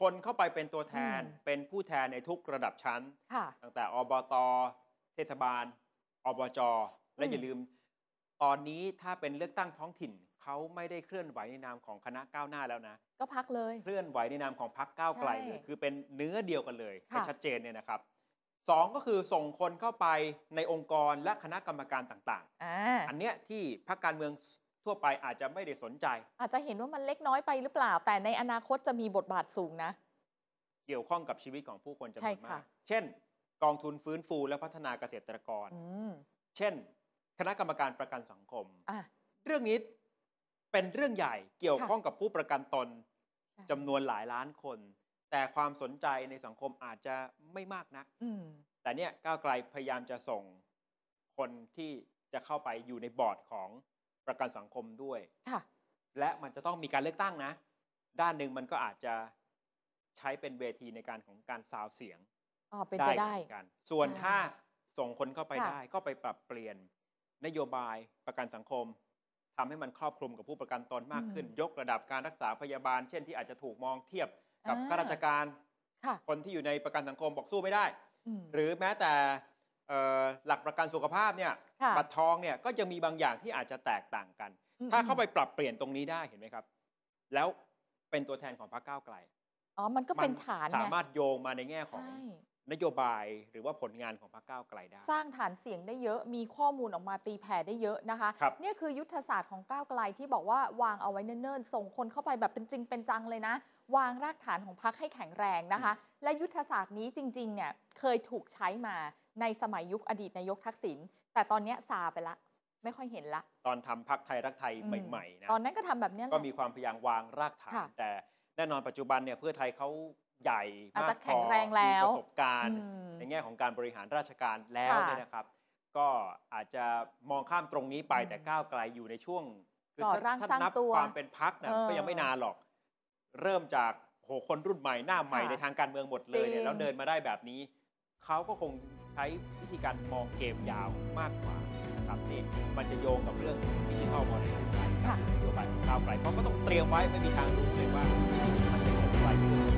Speaker 3: คนเข้าไปเป็นตัวแทน
Speaker 2: อืม
Speaker 3: เป็นผู้แทนในทุกระดับชั้น
Speaker 2: ค่ะ
Speaker 3: ตั้งแต่อบต เทศบาล อบจ และ
Speaker 2: อืม
Speaker 3: อย่าลืม ตอนนี้ถ้าเป็นเลือกตั้งท้องถิ่น เขาไม่ได้เคลื่อนไหวในนามของคณะก้าวหน้าแล้วนะ
Speaker 2: ก็พักเลย
Speaker 3: เคลื่อนไหวในนามของพรรคก้าวไกลเลย
Speaker 2: ใช่
Speaker 3: คือเป็นเนื้อเดียวกันเลย
Speaker 2: ค่ะ
Speaker 3: ให้ชัดเจนเนี่ยนะครับ สองก็คือส่งคนเข้าไปในองค์กรและคณะกรรมการต่าง
Speaker 2: อ่า
Speaker 3: ๆ อันเนี้ยที่พรรคการเมืองทั่วไปอาจจะไม่ได้สนใจ
Speaker 2: อาจจะเห็นว่ามันเล็กน้อยไปหรือเปล่า แต่ในอนาคตจะมีบทบาทสูงนะ
Speaker 3: เกี่ยวข้องกับชีวิตของผู้คนจำน
Speaker 2: ใช่
Speaker 3: วน
Speaker 2: ค่ะ
Speaker 3: มาก เช่น กองทุนฟื้นฟูและพัฒนาเกษตรกร
Speaker 2: อืม
Speaker 3: เช่น คณะกรรมการประกันสังคม
Speaker 2: อ่ะ
Speaker 3: เรื่องนี้เป็นเรื่องใหญ่เกี่ยวข้องกับผู้ประกันตน
Speaker 2: ค่ะ
Speaker 3: จำนวนหลายล้านคน แต่ความสนใจในสังคมอาจจะไม่มากนัก
Speaker 2: อืม
Speaker 3: แต่เนี่ยก้าวไกลพยายามจะส่งคนที่จะเข้าไปอยู่ในบอร์ดของประกันสังคมด้วย
Speaker 2: ค่ะ
Speaker 3: และมันจะต้องมีการเลือกตั้งนะ ด้านหนึ่งมันก็อาจจะใช้เป็นเวทีในการของการซาวเสียง
Speaker 2: อ๋อเป็นไปได้
Speaker 3: เหมือนกัน ส่วน
Speaker 2: ใช่
Speaker 3: ถ้าส่งคนเข้าไป
Speaker 2: ค่ะ
Speaker 3: ได้ ก็ไปปรับเปลี่ยนนโยบายประกันสังคมทำให้มันครอบคลุมกับผู้ประกันตนมากขึ้น ยกระดับการรักษาพยาบาล เช่นที่อาจจะถูกมองเทียบกับข้าราชการ
Speaker 2: ค่ะ
Speaker 3: คนที่อยู่ในประกันสังคมบอกสู้ไม่ได้
Speaker 2: อืม
Speaker 3: หรือแม้แต่เอ่อหลักประกันสุขภาพเนี่ย
Speaker 2: ค่ะ
Speaker 3: บัตรทองเนี่ยก็จะมีบางอย่างที่อาจจะแตกต่างกัน
Speaker 2: อืม
Speaker 3: ถ้าเข้าไปปรับเปลี่ยนตรงนี้ได้เห็นไหมครับ แล้วเป็นตัวแทนของพรรคก้าวไกล
Speaker 2: อ๋อมันก็เป็น
Speaker 3: มั
Speaker 2: ฐานไง
Speaker 3: สามารถโยงมาในแง่ของ
Speaker 2: ใช่
Speaker 3: นโยบายหรือว่าผลงานของพรรคก้าวไกลได้
Speaker 2: สร้างฐานเสียงได้เยอะ มีข้อมูลออกมาตีแผ่ได้เยอะนะคะ
Speaker 3: ครับ
Speaker 2: เนี่ยคือยุทธศาสตร์ของก้าวไกลที่บอกว่าวางเอาไว้เนิ่นๆ ส่งคนเข้าไปแบบเป็นจริงเป็นจังเลยนะ วางรากฐานของพรรคให้แข็งแรงนะคะ และยุทธศาสตร์นี้จริงๆ เนี่ยเคยถูกใช้มาในสมัยยุคอดีตนายกทักษิณ แต่ตอนเนี้ยซาไปละ ไม่ค่อยเห็นละ
Speaker 3: ตอนทำพรรคไทยรักไทย
Speaker 2: อืม
Speaker 3: ใหม่ๆนะ
Speaker 2: ตอนนั้นก็ทำแบบเนี้ยแห
Speaker 3: ก็
Speaker 2: ละ
Speaker 3: มีความพยายามวางรากฐาน
Speaker 2: ค่ะ
Speaker 3: แต่แน่นอนปัจจุบันเนี่ยเพื่อไทยเขาใหญ่
Speaker 2: อาจ
Speaker 3: มาก
Speaker 2: จะ
Speaker 3: พ
Speaker 2: แข็งแรงแล้ว
Speaker 3: มีประสบการณ์
Speaker 2: อืม
Speaker 3: ในแง่ของการบริหารราชการแล้ว
Speaker 2: ค่ะ
Speaker 3: เนี่ยนะครับ ก็อาจจะมองข้ามตรงนี้ไป
Speaker 2: อืม
Speaker 3: แต่ก้าวไกลอยู่ในช่วง
Speaker 2: ก่อ
Speaker 3: ถ้
Speaker 2: ร่าง
Speaker 3: ถ้
Speaker 2: สร้าง
Speaker 3: นั
Speaker 2: ตัว
Speaker 3: ความเป็นพักนะ
Speaker 2: เออ
Speaker 3: ก็ยังไม่นานหรอก เริ่มจากโหคนรุ่นใหม่หน้าใหม่
Speaker 2: ค่ะ
Speaker 3: ในทางการเมืองหมดเลย
Speaker 2: จ
Speaker 3: เนี่
Speaker 2: ริ
Speaker 3: ย
Speaker 2: ง
Speaker 3: แล้วเดินมาได้แบบนี้ เขาก็คงใช้วิธีการมองเกมยาวมากกว่านะครับนี่มันจะโยงกับเรื่องดิจิทัลมอลเลย์ไทยกับนโยบายของก้าวไกลเพราะก็ต้องเตรียมไว้ไม่มีทางรู้เลยว่ามันจะเกิดอะไรขึ้น